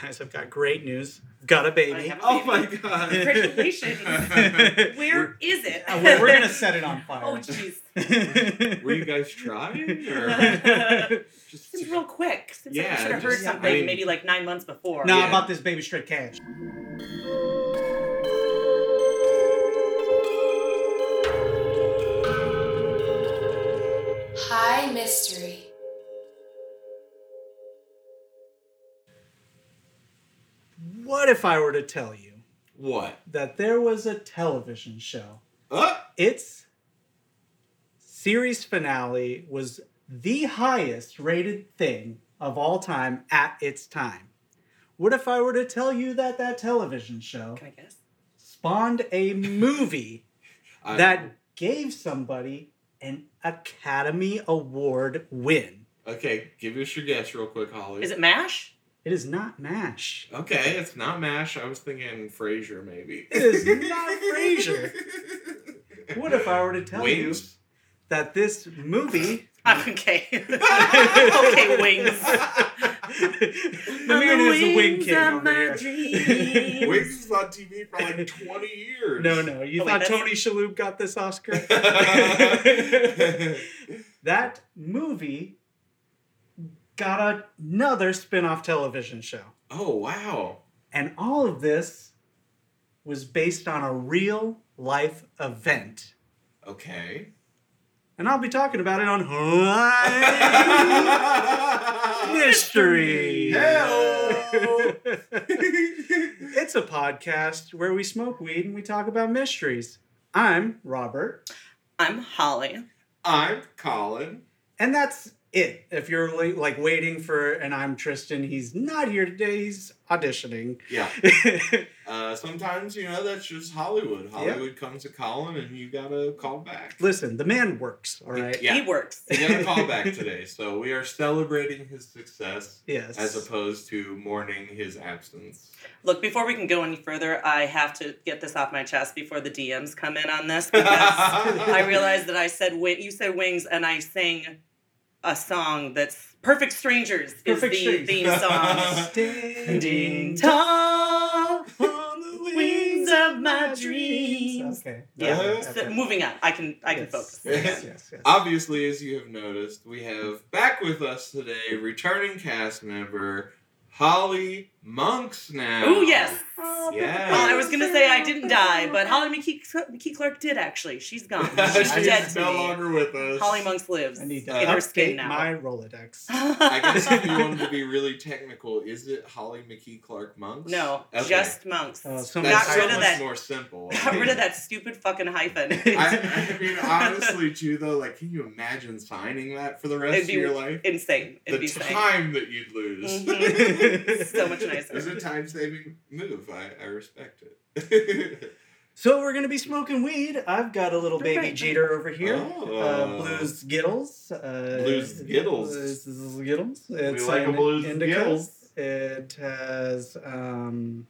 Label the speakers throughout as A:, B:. A: guys, I've got great news. Got a baby.
B: have
C: Oh my god.
B: Congratulations. Where
C: We're-
B: is it?
A: Uh, we're, we're gonna set it on fire.
B: Oh jeez.
C: Were you guys trying? Or
A: nah,
C: just
B: Seems real quick. Seems like I
C: Yeah,
B: should have heard
C: just-
A: yeah, I
B: something
C: mean-
B: maybe like nine months before.
C: No.
A: I bought this baby straight cash.
D: High mystery.
A: What if I were to tell you
C: what?
A: that there was a television show?
C: Uh,
A: Its series finale was the highest rated thing of all time at its time. What if I were to tell you that that television show
B: Can I guess?
A: spawned a movie
C: I-
A: that gave somebody an Academy Award win?
C: Okay, give us your guess real quick, Holly.
B: Is it Mash?
A: It is not MASH.
C: Okay, it's not Mash. I was thinking Frasier maybe.
A: It is not Frasier. What if I were to tell you
C: Wings?
A: that this movie.
B: I'm okay. okay, Wings.
A: the
B: On
A: man is a wing
B: wings
A: king.
B: of
A: over
B: my
A: here.
B: dreams.
C: Wings was on TV for like 20 years.
A: No, no. You
B: Oh, wait,
A: thought
B: that's-
A: Tony Shalhoub got this Oscar? that movie got another spin off television show.
C: oh, wow.
A: And all of this was based on a real life event.
C: Okay.
A: And I'll be talking about it on Hawaii Mystery.
C: Hell.
A: it's a podcast where we smoke weed and we talk about mysteries. I'm Robert,
B: I'm Holly.
C: I'm Colin.
A: and that's it. If you're li- like waiting for and I'm Tristan, he's not here today. He's auditioning.
C: Yeah. Uh, sometimes, you know, that's just Hollywood. Hollywood comes to Colin and you gotta call back.
A: Listen, the man works, all right?
C: Yeah.
B: He works.
C: You got a call back today. So we are celebrating his success
A: Yes.
C: as opposed to mourning his absence.
B: Look, before we can go any further, I have to get this off my chest before the DMs come in on this because I realized that I said wi- you said wings, and I sang a song that's "Perfect Strangers" is
A: Perfect
B: the
A: Strangers.
B: theme song.
A: Standing
B: tall
A: on the
B: wings of my dreams.
A: Okay.
B: Yeah.
C: Uh-huh.
A: Okay.
B: So moving on, I can I can
A: Yes.
B: focus.
A: Yes, yes, yes.
C: Obviously, as you have noticed, we have back with us today returning cast member Holly Monks now.
B: Oh yes.
C: Yeah.
B: Well, I was gonna say I didn't die, but Holly McKee, McKee Clark did actually. She's gone. She's
C: She's
B: dead to
C: no
B: me.
C: longer with us.
B: Holly Monks lives
A: I need to
B: in her skin
A: update
B: now.
A: my Rolodex.
C: I guess if you wanted to be really technical, is it Holly McKee Clark Monks?
B: no,
C: Okay.
B: just monks.
A: Oh, so
C: That's
B: got
C: so
B: rid of
C: much
B: that.
C: more simple.
B: Got rid of that stupid fucking hyphen.
C: I, I mean, honestly, too, though, like, can you imagine signing that for the rest
B: It'd
C: of
B: be
C: your life?
B: insane. It'd be
C: the
B: insane.
C: time that you'd lose.
A: Mm-hmm.
B: Mhm. So much nicer.
C: It's a time saving move. I, I respect it.
A: So we're gonna be smoking weed. I've got a little baby
B: Alright.
A: Jeter over here.
C: Oh.
A: Uh, blues Skittles. Uh,
C: Blues Skittles.
A: Blues Skittles. It's
C: like a
A: an
C: Blues
A: indica.
C: Skittles.
A: It has um,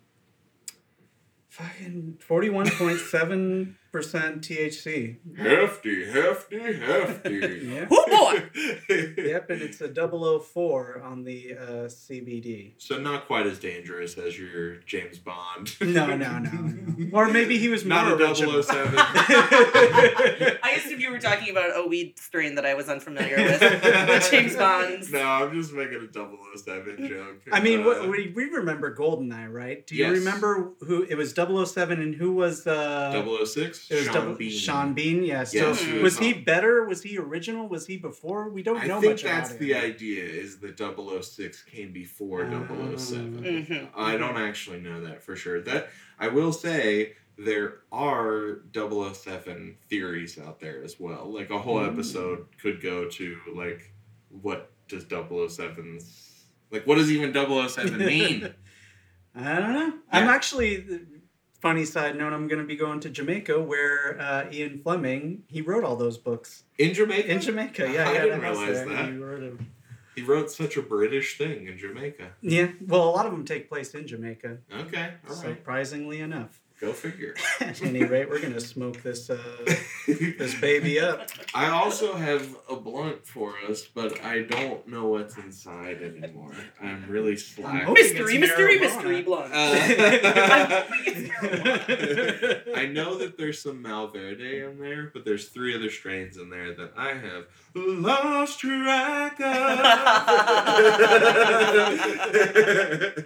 A: fucking forty-one point seven percent THC.
C: hefty, hefty, hefty.
A: Yeah. Oh,
B: Whoo boy!
A: Yep, and it's a 004 on the uh, CBD.
C: So not quite as dangerous as your James Bond.
A: No, no, no, no. Or maybe he was
C: Not
A: more
C: a
A: original.
C: 007.
B: I assumed you were talking about a weed strain that I was unfamiliar with. the James Bonds.
C: No, I'm just making a 007 joke.
A: I mean, what,
C: Uh,
A: we, we remember Goldeneye, right? Do you
C: Yes.
A: remember who it was? 007 and who was uh,
C: 006?
A: It was
C: Sean
A: double,
C: Bean.
A: Sean Bean. Yeah. So
C: Yes,
B: he
A: was
C: was
A: he
C: on.
A: better? Was he original? Was he before? We don't
C: I
A: know
C: think
A: much
C: that's
A: about
C: the
A: him.
C: idea is that 006 came before
A: Ah.
C: 007.
B: Mhm.
C: I don't actually know that for sure. That I will say there are 007 theories out there as well. Like a whole
A: Mm.
C: episode could go to like what does 007's like what does even 007 mean?
A: I don't know. I'm actually funny side note. I'm going to be going to Jamaica where uh, Ian Fleming he wrote all those books
C: In Jamaica?
A: in Jamaica. Yeah,
C: I
A: he had
C: didn't
A: a house
C: realize
A: there, and
C: that.
A: he wrote 'em.
C: He wrote such a British thing in Jamaica.
A: Yeah. Well, a lot of them take place in Jamaica,
C: Okay, all right.
A: surprisingly enough.
C: Go figure.
A: At any rate, we're gonna smoke this uh, this baby up.
C: I also have a blunt for us, but I don't know what's inside anymore. I'm really slack.
A: hoping
B: Mystery,
A: it's
B: mystery,
A: marijuana.
B: mystery blunt.
C: Uh, I
A: I
C: know that there's some Malverde in there, but there's three other strains in there that I have lost track of.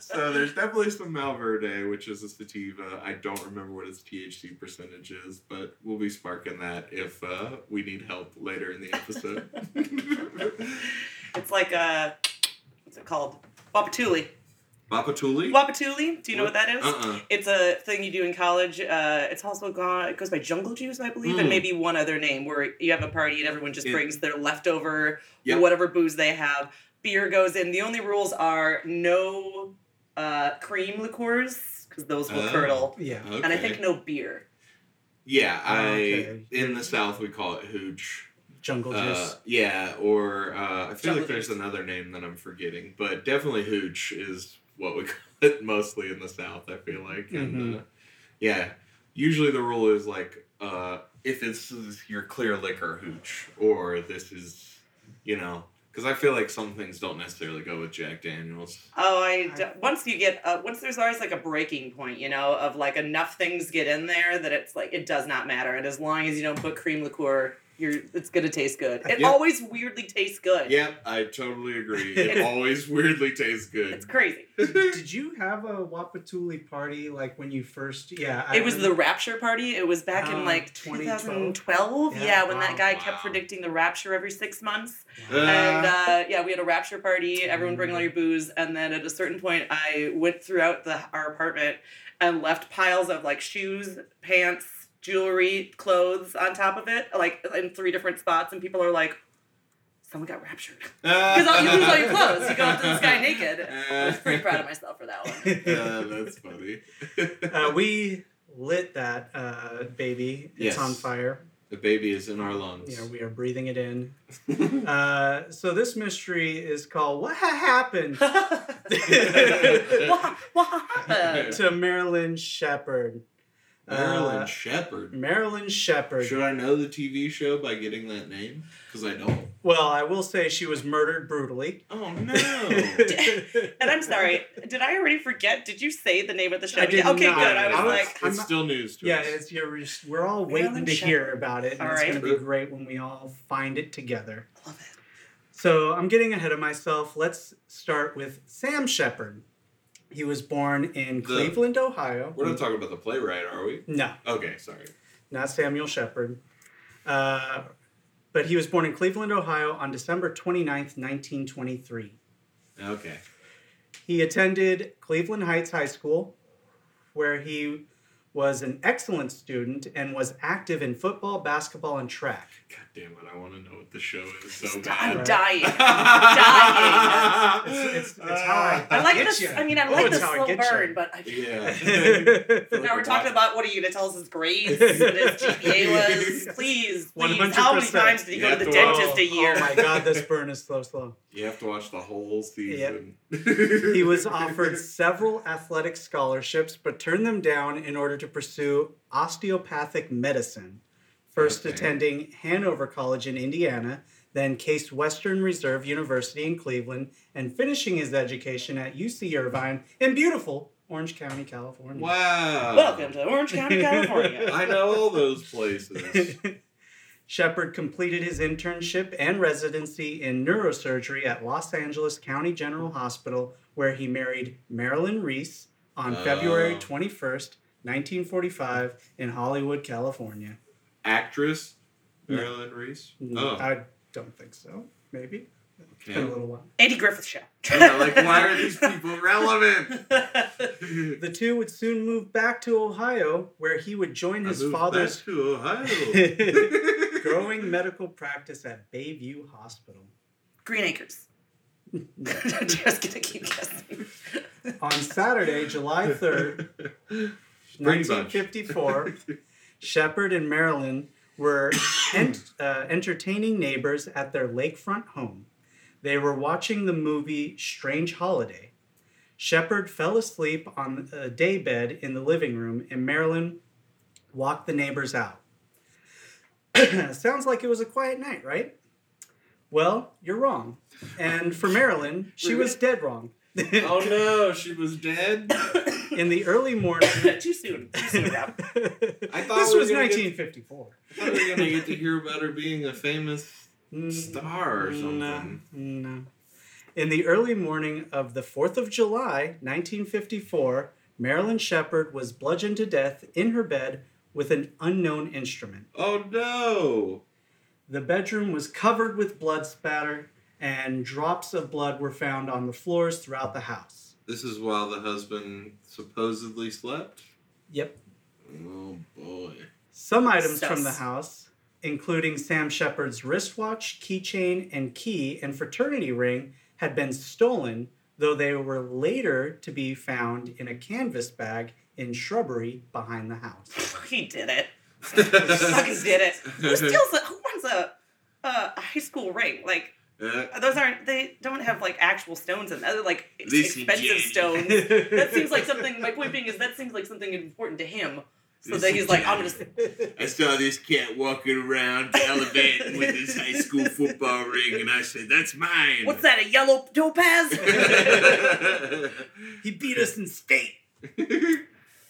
C: so there's definitely some Malverde, which is a sativa. I don't remember what its THC percentage is, but we'll be sparking that if uh, we need help later in the episode.
B: it's like a what's it called? Wapatuli.
C: Papatuli?
B: Wapatuli. Do you know what that is?
C: Uh-uh.
B: It's a thing you do in college. Uh, it's also gone. It goes by jungle juice, I believe,
C: Mm.
B: and maybe one other name where you have a party and everyone just
C: Yeah.
B: brings their leftover
C: Yep.
B: whatever booze they have. Beer goes in. The only rules are no uh, cream liqueurs because those will
C: Oh.
B: curdle,
A: Yeah.
C: Okay.
B: and I think no beer.
C: Yeah, I
A: Okay.
C: in the South we call it hooch.
A: Jungle
C: Uh,
A: juice.
C: yeah, or uh, I feel
B: Jungle
C: like there's
B: juice.
C: another name that I'm forgetting, but definitely hooch is what we call it mostly in the South. I feel like, and
B: Mm-hmm.
C: uh, yeah, usually the rule is like uh, if this is your clear liquor hooch, or this is, you know, because I feel like some things don't necessarily go with Jack Daniels.
B: Oh, I
A: I-
B: d- once you get uh, once there's always like a breaking point, you know, of like enough things get in there that it's like it does not matter, and as long as you don't put cream liqueur, you're it's gonna taste good. It
C: Yep.
B: always weirdly tastes good.
C: Yep, I totally agree. It always weirdly tastes
B: It's
C: good.
B: crazy.
A: Did you have a Wapatuli party like when you first? Yeah. I
B: It was the
A: remember-
B: Rapture party. It was back
A: Oh,
B: in like
A: 2012?
B: 2012. Yeah,
A: Yeah,
B: when
A: wow, Uh-huh.
B: that guy kept
C: wow.
B: predicting the Rapture every six months.
C: Uh,
B: and uh, yeah, we had a Rapture party. Everyone bring all your booze. And then at a certain point, I went throughout the our apartment and left piles of like shoes, pants, jewelry, clothes on top of it, like in three different spots. And people are like, "Someone got raptured." Because all you lose all your clothes. You go up to the sky naked. I was pretty proud of myself for that one.
C: Yeah, that's funny.
A: uh, we lit that uh, baby. It's
C: Yes.
A: on fire.
C: the baby is in our lungs.
A: Yeah, we are breathing it in. Uh, so this mystery is called "What Ha- Happened
B: what, what happened?
A: to Marilyn Shepherd?"
C: Marilyn
A: Uh,
C: Shepherd.
A: Marilyn Shepherd.
C: Should I know the TV show by getting that name? Because I don't.
A: Well, I will say she was murdered brutally.
C: Oh no.
B: And I'm sorry, did I already forget? Did you say the name of the show?
A: I did
B: Yeah, okay,
A: not.
B: good. I was
A: I was-
B: like,
C: it's
A: I'm-
C: still news to
A: yeah,
C: us.
A: it's your, we're all waiting
B: Marilyn
A: to hear
B: Shepherd.
A: about it. And
B: All
A: it's
B: right.
A: going to be great when we all find it together.
B: Love
A: So I'm getting ahead of myself. Let's start with Sam Shepard. He was born in
C: The-
A: Cleveland, Ohio.
C: We're not talking about the playwright, are we?
A: no,
C: Okay, sorry.
A: not Samuel Shepard. Uh, but he was born in Cleveland, Ohio on December 29th, 1923.
C: Okay.
A: He attended Cleveland Heights High School, where he was an excellent student and was active in football, basketball, and track.
C: God damn it! I want to know what the show is so
B: it. I'm
C: bad.
B: dying. I'm dying.
A: It's- it's- it's how
B: I like
A: Get
B: this.
A: ya.
B: I mean, I
A: Oh,
B: like
A: it's
B: the
A: how I
B: slow
A: get ya.
B: burn, but I,
C: Yeah.
B: now we're talking about what are you going to tell us his grades, what his GPA was? Please, please. How many
A: 100%.
B: times did he
C: Yeah,
B: go to the
C: well,
B: dentist a year?
A: Oh my God, this burn is slow, slow.
C: You have to watch the whole season.
A: He was offered several athletic scholarships, but turned them down in order to pursue osteopathic medicine. First
C: Okay.
A: attending Hanover College in Indiana, then Case Western Reserve University in Cleveland, and finishing his education at UC Irvine in beautiful Orange County, California.
C: Wow.
B: Welcome to Orange County, California.
C: I know all those places.
A: Shepard completed his internship and residency in neurosurgery at Los Angeles County General Hospital, where he married Marilyn Reese on
C: Oh.
A: February 21st, 1945, in Hollywood, California. Hmm,
C: Actress Marilyn Reese. Oh,
A: I don't think so. Maybe. It's been a
C: yeah.
A: little while.
B: Andy Griffith Show.
C: yeah. Like, why are these people relevant?
A: The two would soon move back to Ohio, where he would join his
C: I moved
A: father's
C: back to Ohio.
A: growing medical practice at Bayview Hospital.
B: Green Acres. Just gonna keep guessing.
A: On Saturday, July 3rd,
C: Spring Bunch.
A: 1954, Shepard and Marilyn were ent- uh, entertaining neighbors at their lakefront home. They were watching the movie Strange Holiday. Shepard fell asleep on a daybed in the living room, and Marilyn walked the neighbors out. Sounds like it was a quiet night, right? Well, you're wrong. And for Marilyn, she was dead wrong.
C: Oh no, she was dead.
A: in the early morning,
B: Too soon. Too soon, Rob.
C: I thought
A: this
C: we
A: was
C: were gonna get-
A: 1954.
C: I thought we were gonna get to hear about her being a famous
A: Mm,
C: star or something.
A: No, no. In the early morning of the 4th of July, 1954, Marilyn Shepard was bludgeoned to death in her bed with an unknown instrument.
C: Oh no.
A: The bedroom was covered with blood spatter, and drops of blood were found on the floors throughout the house.
C: This is while the husband supposedly slept.
A: Yep.
C: Oh boy.
A: Some items from the
B: Sus.
A: house, including Sam Shepard's wristwatch, keychain, and key and fraternity ring, had been stolen, though they were later to be found in a canvas bag in shrubbery behind the house.
B: he did it. Fucking did it. Who steals a? Who wants a, a high school ring? Like
C: Uh,
B: those aren't. They don't have like actual stones and other like ex-
C: This
B: expensive
C: is
B: stones.
A: that
B: That seems like something. My point being is that seems like something important to him. So
C: This
B: that
C: is
B: he's like, I'm
C: Johnny.
B: just.
C: I saw this cat walking around elevating with his high school football ring, and I said, "That's mine."
B: What's that? A yellow topaz?
A: he beat us in state.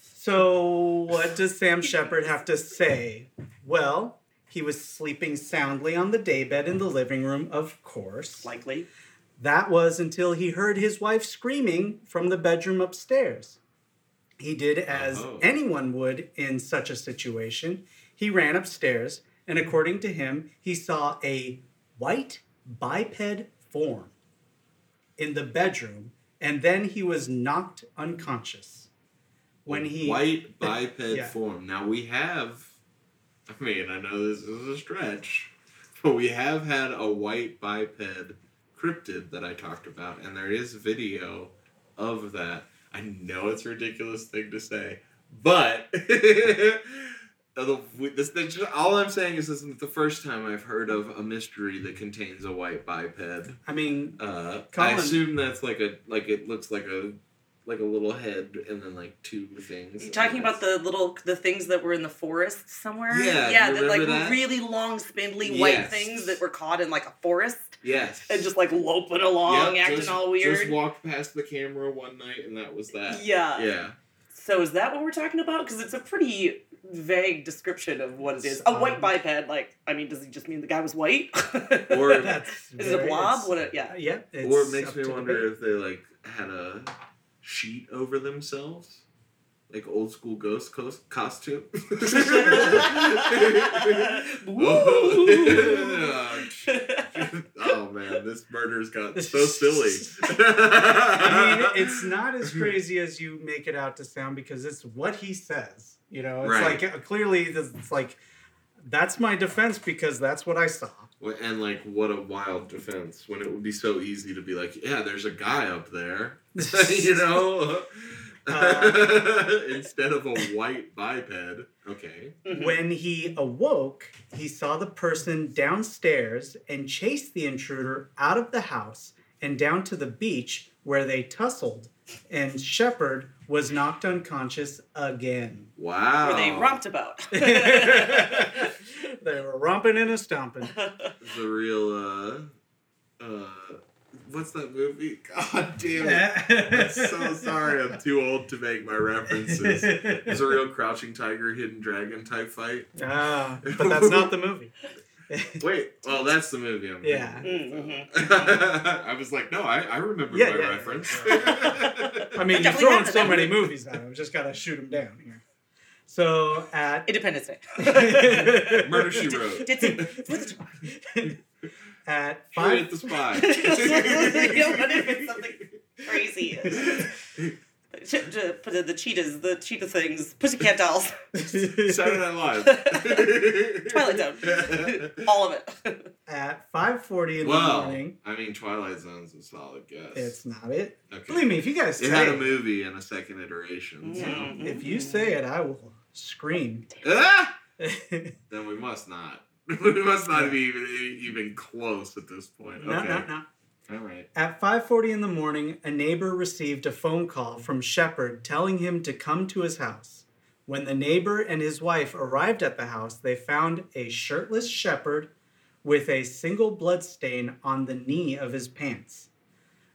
A: So, what does Sam Shepard have to say? Well, he was sleeping soundly on the daybed in the living room, of course.
B: Likely.
A: That was until he heard his wife screaming from the bedroom upstairs. He did as
C: Oh.
A: anyone would in such a situation. He ran upstairs, and according to him, he saw a white biped form in the bedroom, and then he was knocked unconscious. When he
C: white biped
A: Yeah.
C: form. Now we have. I mean, I know this is a stretch, but we have had a white biped cryptid that I talked about, and there is video of that. I know it's a ridiculous thing to say, but. the- This, this, all I'm saying is this isn't the first time I've heard of a mystery that contains a white biped.
A: I mean,
C: Uh, I
A: Colin-
C: assume that's like a like it looks like a like a little head and then like two things.
B: You talking about the little the things that were in the forest somewhere?
C: Yeah,
B: yeah,
C: you
B: that like
C: remember that?
B: really long, spindly white
C: Yes.
B: things that were caught in like a forest
C: yes
B: and just like loping along,
C: Yep,
B: acting
C: just-
B: all weird.
C: Just walked past the camera one night and that was that.
B: yeah.
C: Yeah.
B: So is that what we're talking about? Because it's a pretty vague description of what it is. A white
A: Um,
B: biped, like I mean, does it just mean the guy was white?
C: Or-
A: that's
B: is it a
A: very-
B: blob?
A: it's-
B: What? A, yeah.
A: Yeah, it's
C: or it makes
A: up
C: me
A: to
C: wonder
A: debate.
C: if they like had a sheet over themselves. Like old school ghost coast costume. oh. oh man, this murder's got so silly.
A: I mean, it's not as crazy as you make it out to sound because it's what he says. You know, it's
C: Right.
A: like uh, clearly this- it's like that's my defense because that's what I saw.
C: Well, And like, what a wild defense when it would be so easy to be like, yeah, there's a guy up there, you know, instead of a white biped. Okay.
B: Mhm.
A: When he awoke, he saw the person downstairs and chased the intruder out of the house and down to the beach where they tussled, and Shepard was knocked unconscious again.
C: Wow.
B: Were they romped about?
A: they were romping and a stomping.
B: Mm-hmm.
C: The real, uh, uh, what's that movie? God damn it. I'm so sorry. I'm too old to make my references. It's a real crouching tiger, hidden dragon type fight.
A: Ah, but that's not the movie.
C: Wait, well, that's the movie. I'm
A: Yeah.
C: thinking.
B: Mhm.
C: I was like, no, I, I remember
A: Yeah,
C: my
A: yeah.
C: reference.
A: I mean, you're
B: definitely
A: throwing
B: have
A: so
B: that.
A: many movies at him. Just gotta shoot him down here. So at
B: Independence Day.
C: Murder She Wrote.
B: Ditsy.
A: at
C: Find at
A: five
C: the spy.
B: Yeah, what if it's something crazy? Ch- ch- put in the cheetahs, the cheetah things, pussycat dolls,
C: Saturday Night Live.
B: Twilight Zone. all of it.
A: at five forty in the
C: well,
A: morning.
C: I mean, Twilight Zone's a solid guess.
A: It's not it. Believe
C: okay.
A: me, if you guys
C: It
A: say
C: had a
A: it,
C: movie and a second iteration. So.
B: Mm.
A: if you say it, I will scream.
C: Ah!
A: no,
C: Then we must not. We must not be even even close at this point. Okay.
A: no, no.
C: All right.
A: At 5:40 in the morning, a neighbor received a phone call from Shepard telling him to come to his house. When the neighbor and his wife arrived at the house, they found a shirtless Shepard with a single blood stain on the knee of his pants.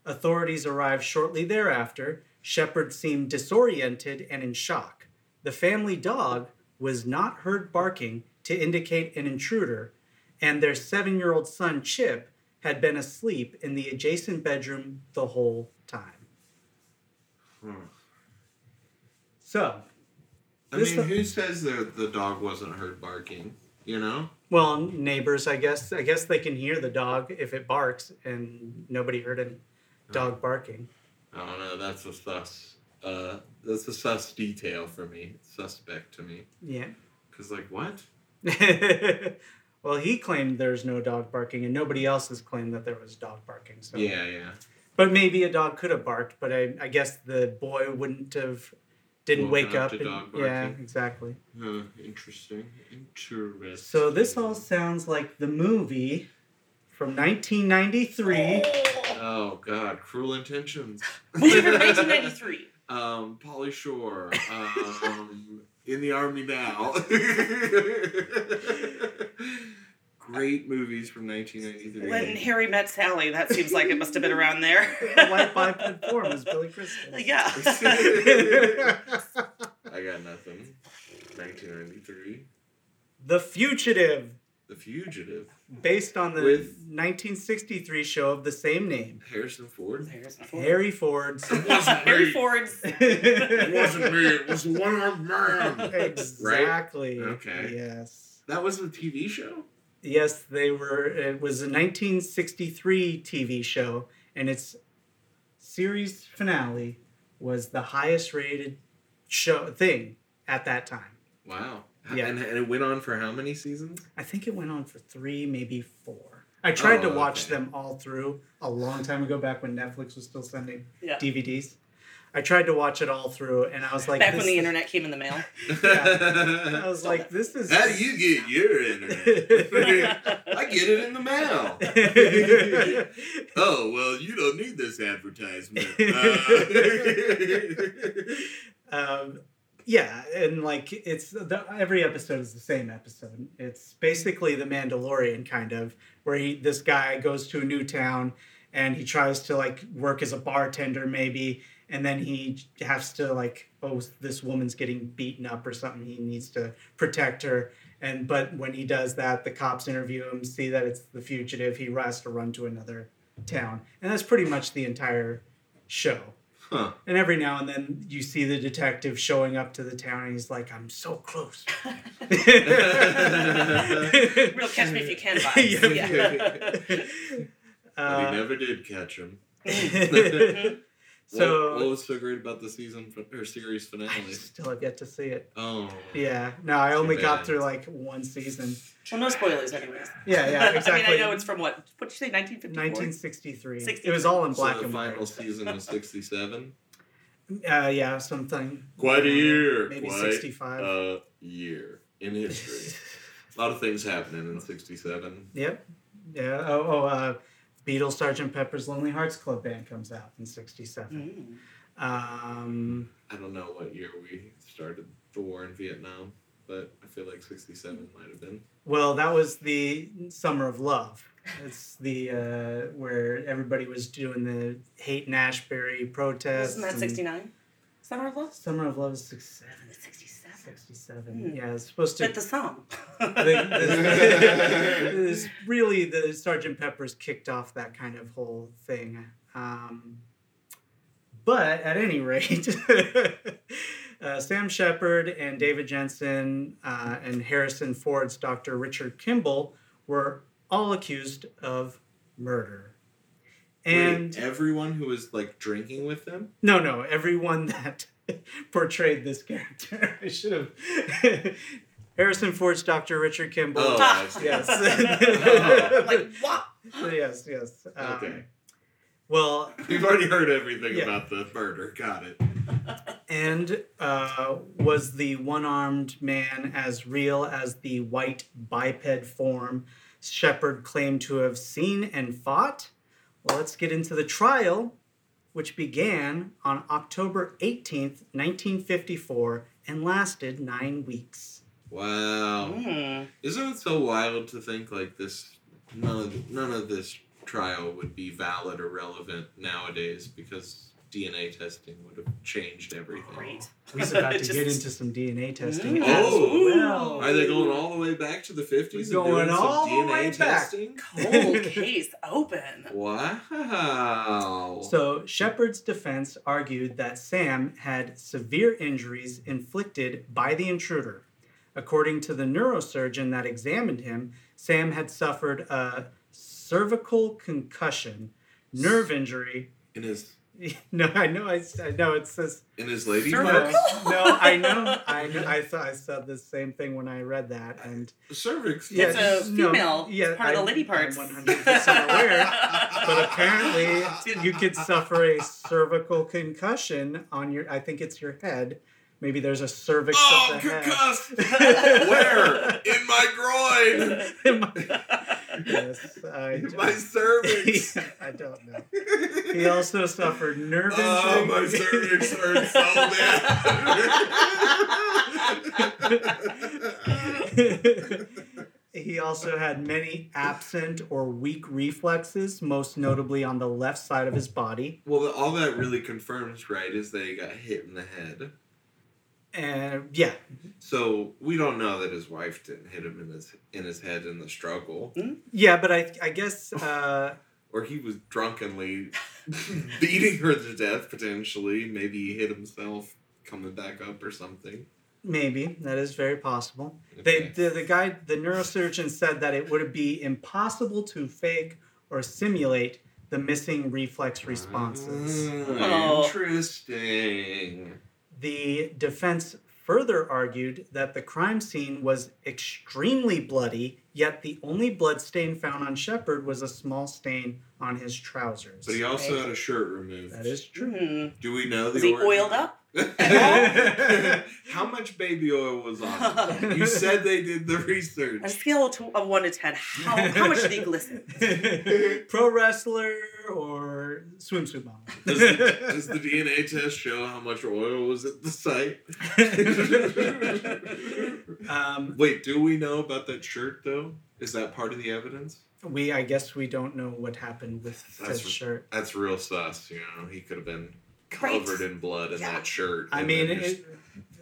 A: Authorities arrived shortly thereafter. Shepard seemed disoriented and in shock. The family dog was not heard barking to indicate an intruder, and their seven year old son, Chip, had been asleep in the adjacent bedroom the whole time.
C: Hmm.
A: So,
C: I
A: This
C: mean,
A: the-
C: who says the the dog wasn't heard barking? You know.
A: well, neighbors, I guess, I guess they can hear the dog if it barks, and nobody heard any dog barking.
C: I don't know. That's a sus. Uh, that's a sus detail for me. Suspect to me.
A: Yeah.
C: Cause like what?
A: well, he claimed there's no dog barking, and nobody else has claimed that there was dog barking. So,
C: Yeah, yeah.
A: but maybe a dog could have barked, but I, I guess the boy wouldn't have, didn't
C: Woken
A: wake up.
C: up to
A: and-
C: dog
A: yeah,
C: barking.
A: exactly.
C: Huh, interesting. Interesting.
A: So this all sounds like the movie from 1993.
C: Oh God, cruel intentions.
B: Movie from 1993.
C: Um, Polly Shore. Um, in the army now. Great movies from 1993.
B: When Harry met Sally, that seems like it must have been around there.
A: White biped form is Billy Crystal.
B: yeah.
C: I got nothing. 1993.
A: The Fugitive,
C: The Fugitive.
A: based on the
C: With-
A: 1963 show of the same name.
C: Harrison Ford.
A: Harry Ford's.
C: wasn't
B: Harry
C: me.
B: Ford's.
C: me. It was the one armed
A: exactly.
C: Okay.
A: Yes.
C: That was a TV show.
A: Yes, they were. It was a 1963 TV show, and its series finale was the highest rated show thing at that time.
C: Wow.
A: Yeah.
C: And, and it went on for how many seasons?
A: I think it went on for three, maybe four. I tried
C: Oh,
A: to watch
C: okay.
A: them all through a long time ago, back when Netflix was still sending
B: Yeah.
A: DVDs. I tried to watch it all through, and I was like,
B: Back
A: this,
B: when the internet came in the mail.
A: I was
B: Stole
A: like,
B: it.
A: this is.
C: How do you get your internet? I get it in the mail. Oh well, you don't need this advertisement. Uh,
A: um, yeah, and like it's the, every episode is the same episode. It's basically the Mandalorian kind of where he this guy goes to a new town and he tries to like work as a bartender maybe, and then he has to like oh this woman's getting beaten up or something. He needs to protect her. And but when he does that, the cops interview him, see that it's the fugitive. He has to run to another town, and that's pretty much the entire show.
C: huh.
A: And every now and then you see the detective showing up to the town and he's like, I'm so close.
B: Real catch me if you can vibes.
A: Yeah.
B: Yeah.
C: But we
A: Uh,
C: never did catch him.
A: so
C: what, what was so great about the season fi- or series
A: I
C: finale?
A: still have yet to see it.
C: Oh,
A: Yeah. No, I only got
C: bad.
A: through like one season.
B: well, no spoilers, anyways.
A: Yeah, yeah, exactly.
B: I mean, I know it's from what? What did you say? 1954.
A: 1963.
B: 63.
A: It was all in black
C: so the
A: and white.
C: final season was sixty-seven.
A: Uh, yeah, something.
C: Quite a year.
A: Maybe
C: Quite
A: 65.
C: A year in history. a lot of things happening in sixty-seven.
A: Yep. Yeah. Oh, oh uh, Beatles, Sergeant Pepper's Lonely Hearts Club Band comes out in '67.
B: Mm.
A: Um,
C: I don't know what year we started the war in Vietnam, but I feel like sixty-seven might have been.
A: well, that was the Summer of Love. It's the uh, where everybody was doing the hate in Ashbury protests.
B: Isn't that
A: and-
B: 69? Summer of Love?
A: Summer of Love is six- seven-
B: 67.
A: 67.
B: Hmm.
A: Yeah, it's supposed to.
B: But the song.
A: the- this- really the Sergeant Pepper's kicked off that kind of whole thing. Um, but at any rate, uh, Sam Shepard and David Jensen uh, and Harrison Ford's Dr. Richard Kimball were all accused of murder. And
C: Wait, everyone who was like drinking with them.
A: no, no, everyone that portrayed this character, I should have. Harrison Ford's Dr. Richard Kimball.
C: Oh, I see.
A: Yes.
C: Oh.
B: like, what?
A: yes, yes. Um,
C: Okay.
A: Well,
C: We've already heard everything
A: Yeah.
C: about the murder. Got it.
A: and uh, was the one armed man as real as the white biped form Shepard claimed to have seen and fought? Well, let's get into the trial, which began on October 18th, 1954, and lasted nine weeks.
C: Wow.
B: Mm.
C: Isn't it so wild to think like this? None of none of this trial would be valid or relevant nowadays because DNA testing would have changed everything.
B: Great.
A: We're about to
B: Just-
A: get into some DNA testing.
B: Ooh.
A: as
C: Oh.
A: well.
C: Are they going all the way back to the fifties and
A: Going
C: doing
A: all
C: some
A: the
C: DNA
A: way back.
C: testing?
B: Whole case open.
C: Wow.
A: So, Shepard's defense argued that Sam had severe injuries inflicted by the intruder. According to the neurosurgeon that examined him, Sam had suffered a cervical concussion, nerve injury.
C: in his
A: No, I know, I, I know it says.
C: in his lady
A: No,
B: Cervical?
C: part,
A: I know, I know. I thought I said the same thing when I read that, and
C: cervix.
A: Yeah.
B: it's a
A: no,
B: female.
A: yeah,
B: it's part
A: I-
B: of the lady
A: I'm
B: parts.
A: 100% aware, but apparently you could suffer a cervical concussion on your i think it's your head maybe there's a cervix
C: Oh,
A: of the
C: concussed.
A: head
C: Where? In my groin.
A: Am I- yes I,
C: In
A: don't-
C: my cervix.
A: I don't know he also suffered nerve injury
C: Oh, my cervix hurts so bad.
A: he also had many absent or weak reflexes most notably on the left side of his body
C: well, all that really confirms, right, is that he got hit in the head.
A: and yeah
C: So we don't know that his wife didn't hit him in his in his head in the struggle,
A: yeah but i, I guess uh,
C: or he was drunkenly beating her to death. Potentially, maybe he hit himself coming back up or something.
A: Maybe that is very possible. They,
C: Okay.
A: the, the guy, the neurosurgeon said that it would be impossible to fake or simulate the missing reflex responses.
C: Ah,
B: Oh.
C: Interesting.
A: The defense further argued that the crime scene was extremely bloody, yet the only blood stain found on Shepard was a small stain on his trousers.
C: But he also
B: Right.
C: had a shirt removed.
A: that is true.
B: Hmm.
C: Do we know the
B: Was he
C: origin?
B: oiled up?
C: How much baby oil was on? it? You said they did the
B: On a
C: research.
B: scale to- of one to ten, how, how much did he glisten?
A: Pro wrestler or swimsuit model?
C: Does the, does the DNA test show how much oil was at the site?
A: um,
C: Wait, do we know about that shirt though? Is that part of the evidence?
A: We, I guess, we don't know what happened with
C: That's
A: said
C: r-
A: shirt.
C: That's real sus. You know, he could have been
B: Right.
C: covered in blood in
B: Yeah.
C: that shirt.
A: I
C: and
A: mean,
C: then just
A: it,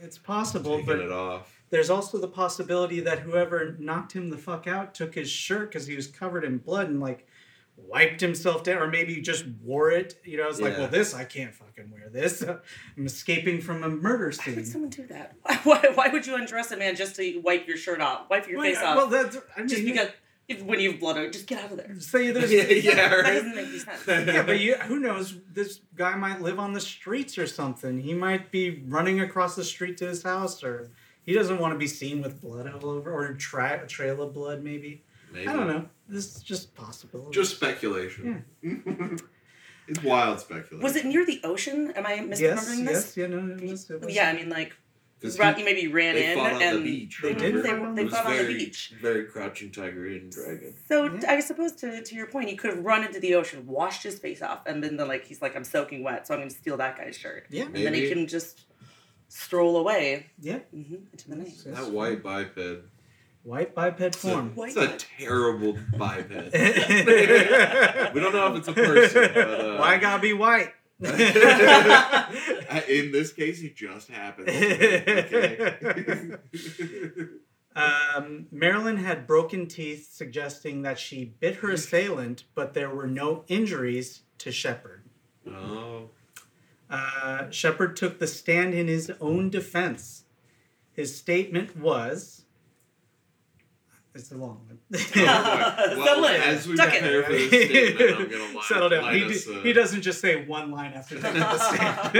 A: it's possible,
C: taking
A: but
C: it off.
A: there's also the possibility that whoever knocked him the fuck out took his shirt because he was covered in blood and like wiped himself down, or maybe just wore it. You know, it's like,
C: Yeah.
A: well, this I can't fucking wear this. I'm escaping from a murder
B: Why would
A: scene.
B: someone do that? Why, why would you undress a man just to wipe your shirt off, wipe your
A: Well,
B: face
A: yeah,
B: off,
A: well, that's I mean,
B: just because if, when you have blood out, just get out of there.
A: say there's
C: yeah, yeah,
B: That
C: right.
B: doesn't make any sense.
A: yeah, but you, who knows? This guy might live on the streets or something. He might be running across the street to his house, or he doesn't want to be seen with blood all over, or tra- a trail of blood, maybe.
C: Maybe.
A: I don't know. This is just possible.
C: Just speculation. it's wild speculation.
B: Was it near the ocean? Am I
A: yes,
B: misremembering
A: yes,
B: this?
A: yeah, no, it was, it was.
B: Yeah, I mean, like,
C: 'Cause he-
B: ra- you maybe ran
C: they
B: in
C: fought on
B: and
C: the beach.
A: they did
C: remember?
A: fight on
B: They,
A: the
B: they
A: beach.
B: fought on
C: very,
B: the beach.
C: Very crouching tiger and dragon.
B: So
A: Yeah.
B: I suppose to, to your point, he could have run into the ocean, washed his face off, and then the, like he's like, I'm soaking wet, so I'm going to steal that guy's shirt,
A: yeah,
B: and then he
C: Maybe.
B: can just stroll away
A: yeah.
B: hmm into the night.
A: Yes, yes.
C: That white biped. It's
A: White biped
C: a-
A: form.
B: White
C: It's a
B: biped.
C: terrible biped.
A: we
C: We
A: don't
C: don't know if it's a person, but uh,
A: Why gotta be white?
C: I- in this case, he just happened. Okay.
A: Um, Marilyn had broken teeth, suggesting that she bit her assailant, but there were no injuries to Shepard.
C: oh,
A: Uh, Shepard took the stand in his own defense. His statement was. It's a long one.
C: well,
B: Settle in.
C: as we
B: Tuck it.
C: prepare for this statement, I'm gonna line,
A: Settle down.
C: Line
A: He,
C: us,
A: do-
C: a-
A: he doesn't just say one line after taking the stand.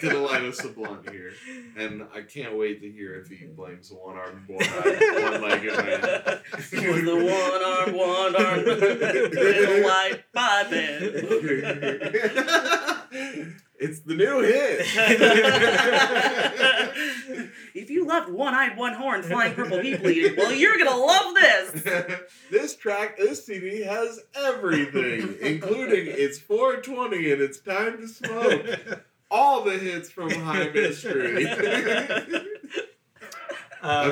C: gonna light us a blunt here, and I can't wait to hear if he blames the one-armed, one-eyed, one-legged man.
B: With the one arm, one arm, little white biped.
C: it's the new hit.
B: if you loved one-eyed, one-horned, flying purple people eating, well, you're gonna love this.
C: this track, this CD has everything, including it's 420 and it's time to smoke. All the hits from High Mystery.
A: Uh,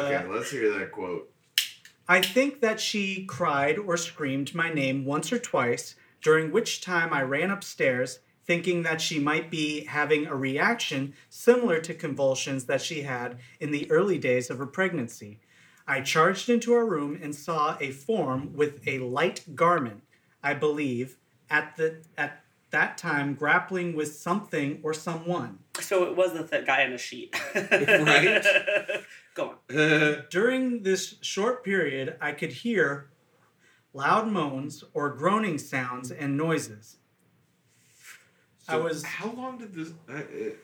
C: okay, let's hear that quote.
A: I think that she cried or screamed my name once or twice, during which time I ran upstairs, thinking that she might be having a reaction similar to convulsions that she had in the early days of her pregnancy. I charged into our room and saw a form with a light garment, I believe, at the at that time grappling with something or someone.
B: So it was the th- guy in the sheet.
C: Right.
B: Go on.
A: During this short period, I could hear loud moans or groaning sounds and noises. I was-
C: How long did this? Uh,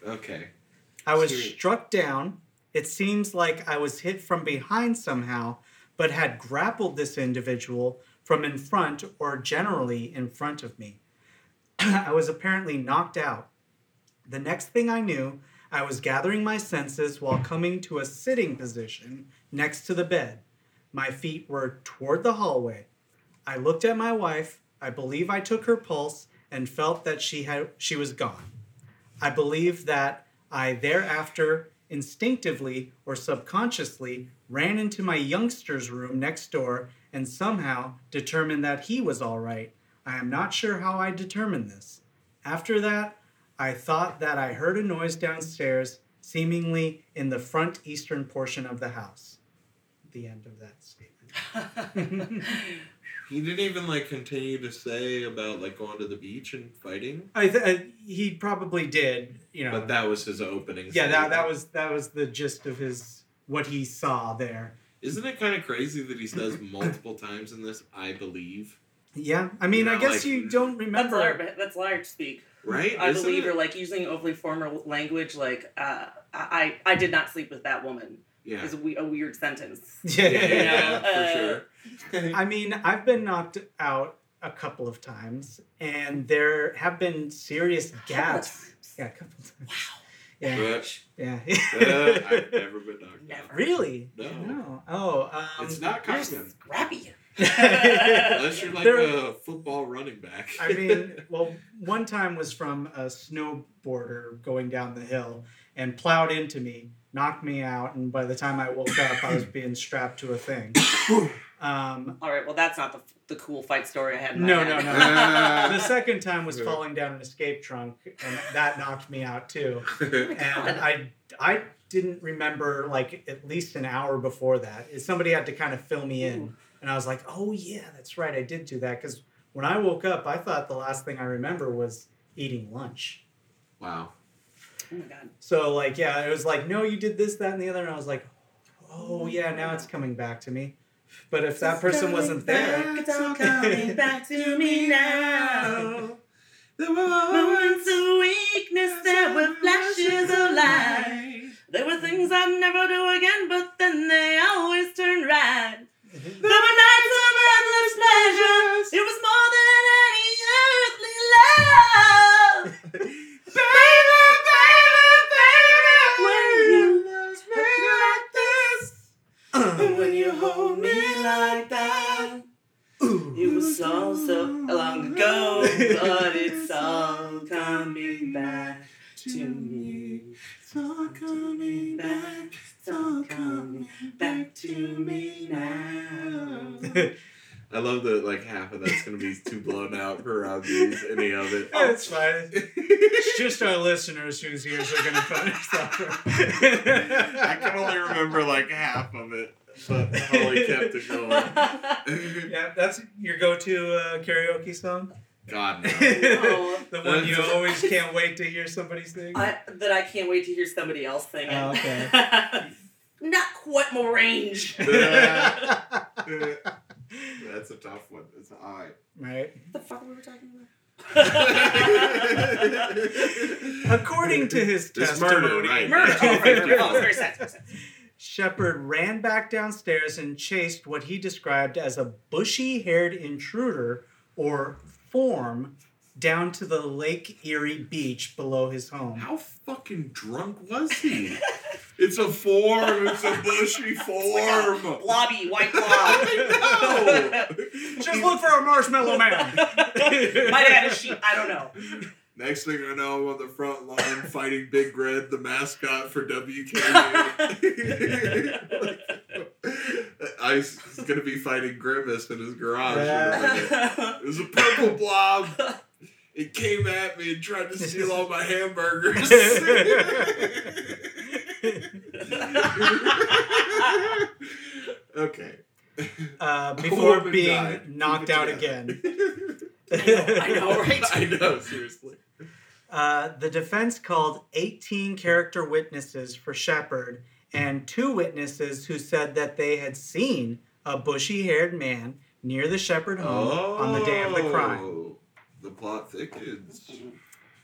C: uh, okay.
A: I was
C: Sweet.
A: struck down. It seems like I was hit from behind somehow, but had grappled this individual from in front or generally in front of me. I was apparently knocked out. The next thing I knew, I was gathering my senses while coming to a sitting position next to the bed. My feet were toward the hallway. I looked at my wife. I believe I took her pulse and felt that she had she was gone. I believe that I thereafter instinctively or subconsciously ran into my youngster's room next door and somehow determined that he was all right. I am not sure how I determined this. After that, I thought that I heard a noise downstairs, seemingly in the front eastern portion of the house. The end of that statement.
C: He didn't even like continue to say about like going to the beach and fighting,
A: I th- uh, he probably did, you know.
C: but that was his opening.
A: yeah, that,
C: statement.
A: that was that was the gist of his what he saw there.
C: Isn't it kind of crazy that he says multiple times in this? I believe,
A: Yeah, I mean,
C: You
A: I
C: know,
A: guess
C: like-
A: you don't
B: That's
A: remember.
B: liar, that's liar speak.
C: right?
B: I
C: Isn't
B: believe,
C: it?
B: or like using overly formal language, like uh, I I I did not sleep with that woman
C: Yeah.
B: is a, we- a weird sentence.
A: Yeah. Uh,
C: yeah, yeah, yeah,
B: You know,
C: for sure.
A: I mean, I've been knocked out a couple of times, and there have been serious gaps. Yeah, a couple of times. Yeah,
C: But,
A: yeah.
C: uh, I've never been knocked out.
B: Never.
A: really?
C: No.
A: Oh, um,
C: It's not
B: You're
C: common
B: Scrappy.
C: unless you're like
A: There-
C: a football running back.
A: I mean, well, one time was from a snowboarder going down the hill and plowed into me, knocked me out, and by the time I woke up, I was being strapped to a thing. Um,
B: All right, well that's not the, the cool fight story I had. In my
A: No,
B: head.
A: no,
C: no.
A: the second time was
C: Yeah.
A: falling down an escape trunk, and that knocked me out too. And
B: God.
A: I, I didn't remember like at least an hour before that. Somebody had to kind of fill me in,
B: Ooh.
A: and I was like, "Oh yeah, that's right, I did do that." Because when I woke up, I thought the last thing I remember was eating lunch.
C: wow.
B: oh my god.
A: So like, yeah, it was like, "No, you did this, that, and the other," and I was like, "Oh yeah, now it's coming back to me." But if that person wasn't there,
B: It's all coming back to me now.
C: There were
B: Moments of weakness, there were flashes of light. There were things I'd never do again, but then they always turned right. There were nights of endless pleasure. It was more than any earthly love. baby, baby, baby, when you love me like this, and when you hold me like that. It was so, so long ago, but it's all coming back to me.
C: It's all coming back. It's all coming back to me now. I love that like half of that's gonna be too blown out for Rodriguez, any of it.
A: That's fine. Oh. It's just our listeners whose ears are going to punish
C: I
A: that.
C: can only remember like half of it, but Holly kept it going.
A: yeah, that's your go-to uh, karaoke song.
C: God, no.
A: the one you
C: That's-
A: always can't wait to hear somebody sing.
B: I, that I can't wait to hear somebody else sing it.
A: Oh, okay.
B: Not quite my range.
A: right.
C: That's a tough one. It's all right.
B: the fuck were we talking about?
A: According to his
C: It's
A: testimony,
C: murder, right?
B: Murder. Oh, right, right, right. Oh, sorry, sorry, sorry, sorry.
A: Shepard ran back downstairs and chased what he described as a bushy haired intruder or form down to the Lake Erie beach below his home.
C: How fucking drunk was he? It's a form. It's a bushy form.
B: Blobby, white blob.
A: Just look for a marshmallow man.
B: Might have had a sheep. I don't know.
C: Next thing I know, I'm on the front line fighting Big Red, the mascot for WKU. I is gonna be fighting Grimace in his garage. in a minute. It was a purple blob. It came at me and tried to steal all my hamburgers. okay.
A: Uh, before
C: Corbin
A: being
C: died.
A: knocked
C: Keep it
A: out
C: together.
A: again.
B: I know, right?
C: I know, seriously.
A: Uh, the defense called 18 character witnesses for Shepard and two witnesses who said that they had seen a bushy haired man near the Shepard home on the day of the crime.
C: Oh, The plot thickens.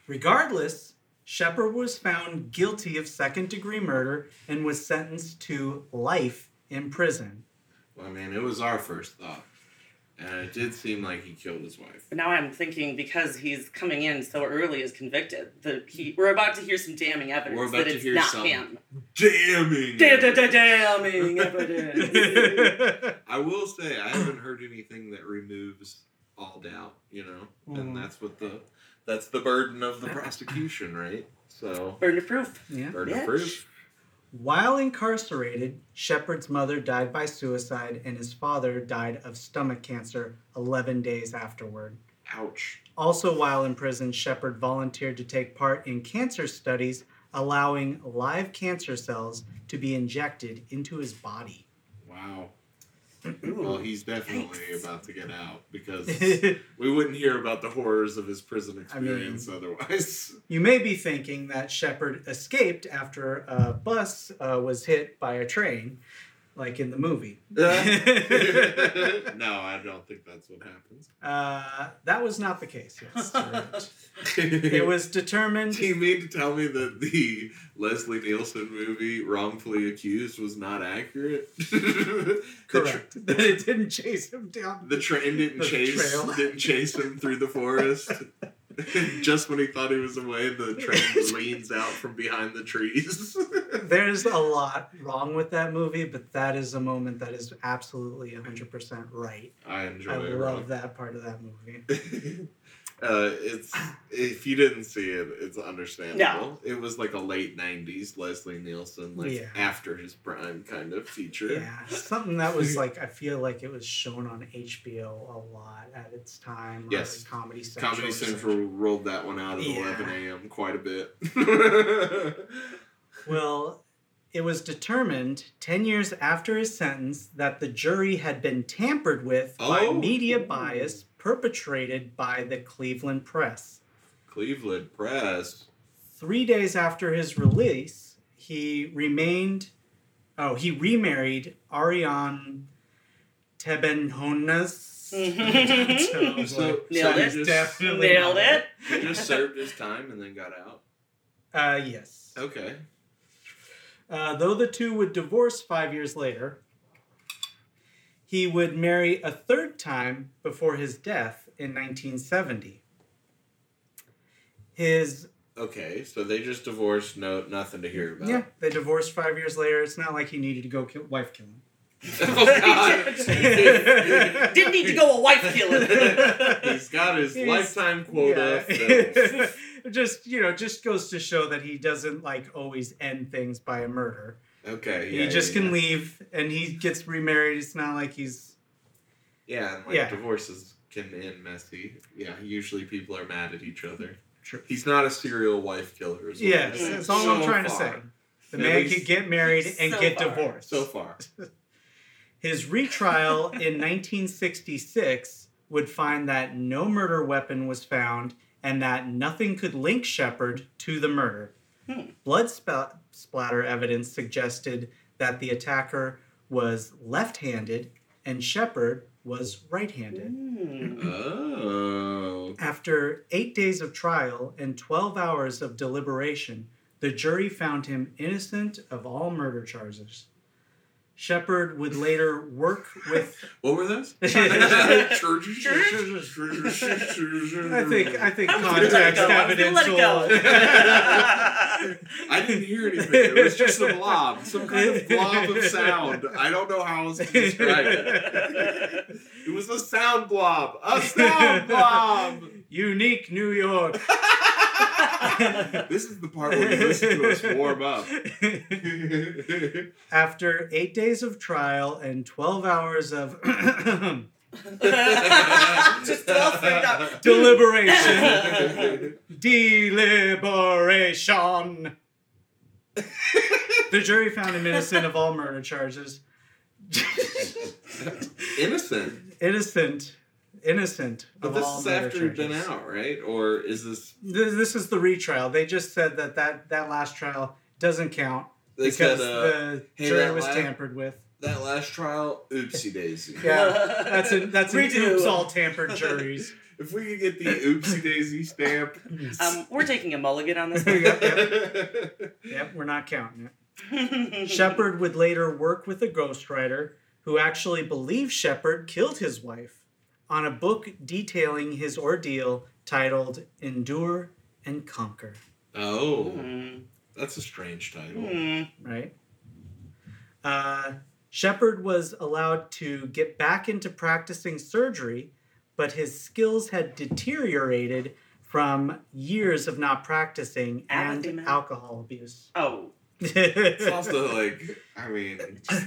A: Regardless, Shepard was found guilty of second degree murder and was sentenced to life in prison.
C: Well, I mean, it was our first thought. And it did seem like he killed his wife.
B: Now I'm thinking because he's coming in so early as convicted, that he we're about to hear some damning evidence
C: We're about
B: that
C: to
B: it's
C: hear
B: not
C: some
B: him.
C: Damning!
B: Da- da- da- Damning evidence.
C: I will say, I haven't heard anything that removes all doubt, you know?
A: Mhm.
C: And that's what the. That's the burden of the prosecution, right? So,
B: Burden of proof.
A: yeah.
C: burden of
B: Bitch.
C: proof.
A: While incarcerated, Shepard's mother died by suicide and his father died of stomach cancer 11 days afterward.
C: Ouch.
A: Also, while in prison, Shepard volunteered to take part in cancer studies, allowing live cancer cells to be injected into his body.
C: Wow. Well,
B: Ooh.
C: he's definitely
B: Yikes.
C: about to get out because we wouldn't hear about the horrors of his prison
A: I mean-
C: experience otherwise.
A: you may be thinking that Shepard escaped after a bus uh, was hit by a train, like in the movie.
C: no, I don't think that's what happens.
A: Uh, that was not the case. Yes, correct. it was determined.
C: Do you mean to tell me that the Leslie Nielsen movie "Wrongfully Accused" was not accurate?
A: Correct. That it didn't chase him down.
C: The, tra- the train didn't
A: The
C: chase
A: trail.
C: didn't chase him through the forest. Just when he thought he was away, the train leans out from behind the trees.
A: There's a lot wrong with that movie, but that is a moment that is absolutely 100% right.
C: I enjoy
A: I
C: it.
A: love that part of that movie.
C: uh, it's if you didn't see it, it's
B: No.
C: understandable. It was like a late '90s Leslie Nielsen, like
A: Yeah.
C: after his prime kind of feature.
A: Yeah, something that was like I feel like it was shown on HBO a lot at its time. or
C: Yes.
A: like Comedy Central.
C: Comedy
A: or
C: Central rolled that one out at
A: Yeah.
C: 11 a.m. quite a bit.
A: something. Well, it was determined ten years after his sentence that the jury had been tampered with by
C: Oh.
A: media bias perpetrated by the Cleveland press.
C: Cleveland Press.
A: Three days after his release, he remained. Oh, he remarried Ariane Tebenhonas. I was like,
C: So,
B: Nailed it.
C: so He just,
A: Mm-hmm. Definitely
B: Nailed
A: not.
B: it.
C: he just served his time and then got out.
A: Uh, yes.
C: Okay.
A: Uh, though the two would divorce five years later, he would marry a third time before his death in 1970. His
C: Okay. So they just divorced. No, nothing to hear about.
A: yeah, they divorced five years later. It's not like he needed to go kill, wife kill him.
C: Oh, God.
B: Didn't need to go a wife killer.
C: He's got his
A: He's-
C: lifetime quota.
A: Yeah.
C: filled.
A: just you know, just goes to show that he doesn't like always end things by a murder.
C: Okay.
A: he
C: yeah,
A: just
C: yeah,
A: can
C: yeah.
A: leave, and he gets remarried. It's not like he's
C: Yeah, and like
A: Yeah.
C: divorces can end messy. Yeah, usually people are mad at each other.
A: True.
C: He's not a serial wife killer. Is what
A: Yes,
C: I'm
A: that's all I'm
C: So
A: trying
C: far.
A: to say. The
C: At
A: man
C: least-
A: could get married and
B: So
A: get
B: far.
A: divorced.
C: So far,
A: His retrial in 1966 would find that no murder weapon was found and that nothing could link Shepard to the murder.
B: Hmm.
A: Blood spa- splatter evidence suggested that the attacker was left handed and Shepard was right handed.
B: Hmm.
C: oh,
A: After eight days of trial and 12 hours of deliberation, the jury found him innocent of all murder charges. Shepard would later work with.
C: What were those?
A: I
C: I
A: think I think
B: I'm gonna let it
A: context
B: go. I'm gonna let it go.
A: evidential.
C: I didn't hear anything. It was just a blob, some kind of blob of sound. I don't know how else to describe it. It was a sound blob, a sound blob.
A: Unique New York.
C: This is the part where you listen to us warm up.
A: After eight days of trial and 12 hours of
B: Just all freaked out.
A: deliberation, deliberation, the jury found him innocent of all murder charges.
C: Innocent.
A: innocent, innocent
C: But
A: of
C: this
A: all
C: is
A: murder
C: after you've
A: charges.
C: been out, right? Or is this
A: Th- This is the retrial. They just said that that, that last trial doesn't count
C: they
A: because
C: said uh,
A: the
C: hey,
A: jury
C: that
A: was
C: la-
A: tampered with.
C: that last trial? Oopsie daisy.
A: Yeah, that's an, that's an
B: Redo.
A: oops all tampered juries.
C: If we could get the oopsie daisy stamp.
B: Um, we're taking a mulligan on this
A: Yep,
C: yep.
A: Yep, we're not counting it.
B: one.
A: Shepard would later work with a ghostwriter who actually believed Shepard killed his wife on a book detailing his ordeal titled Endure and Conquer,
C: Oh,
B: Mm,
C: that's a strange title.
B: mm.
A: right? Uh, Shepard was allowed to get back into practicing surgery, but his skills had deteriorated from years of not practicing and
B: Adathema.
A: alcohol abuse.
B: Oh,
C: It's also like, I mean,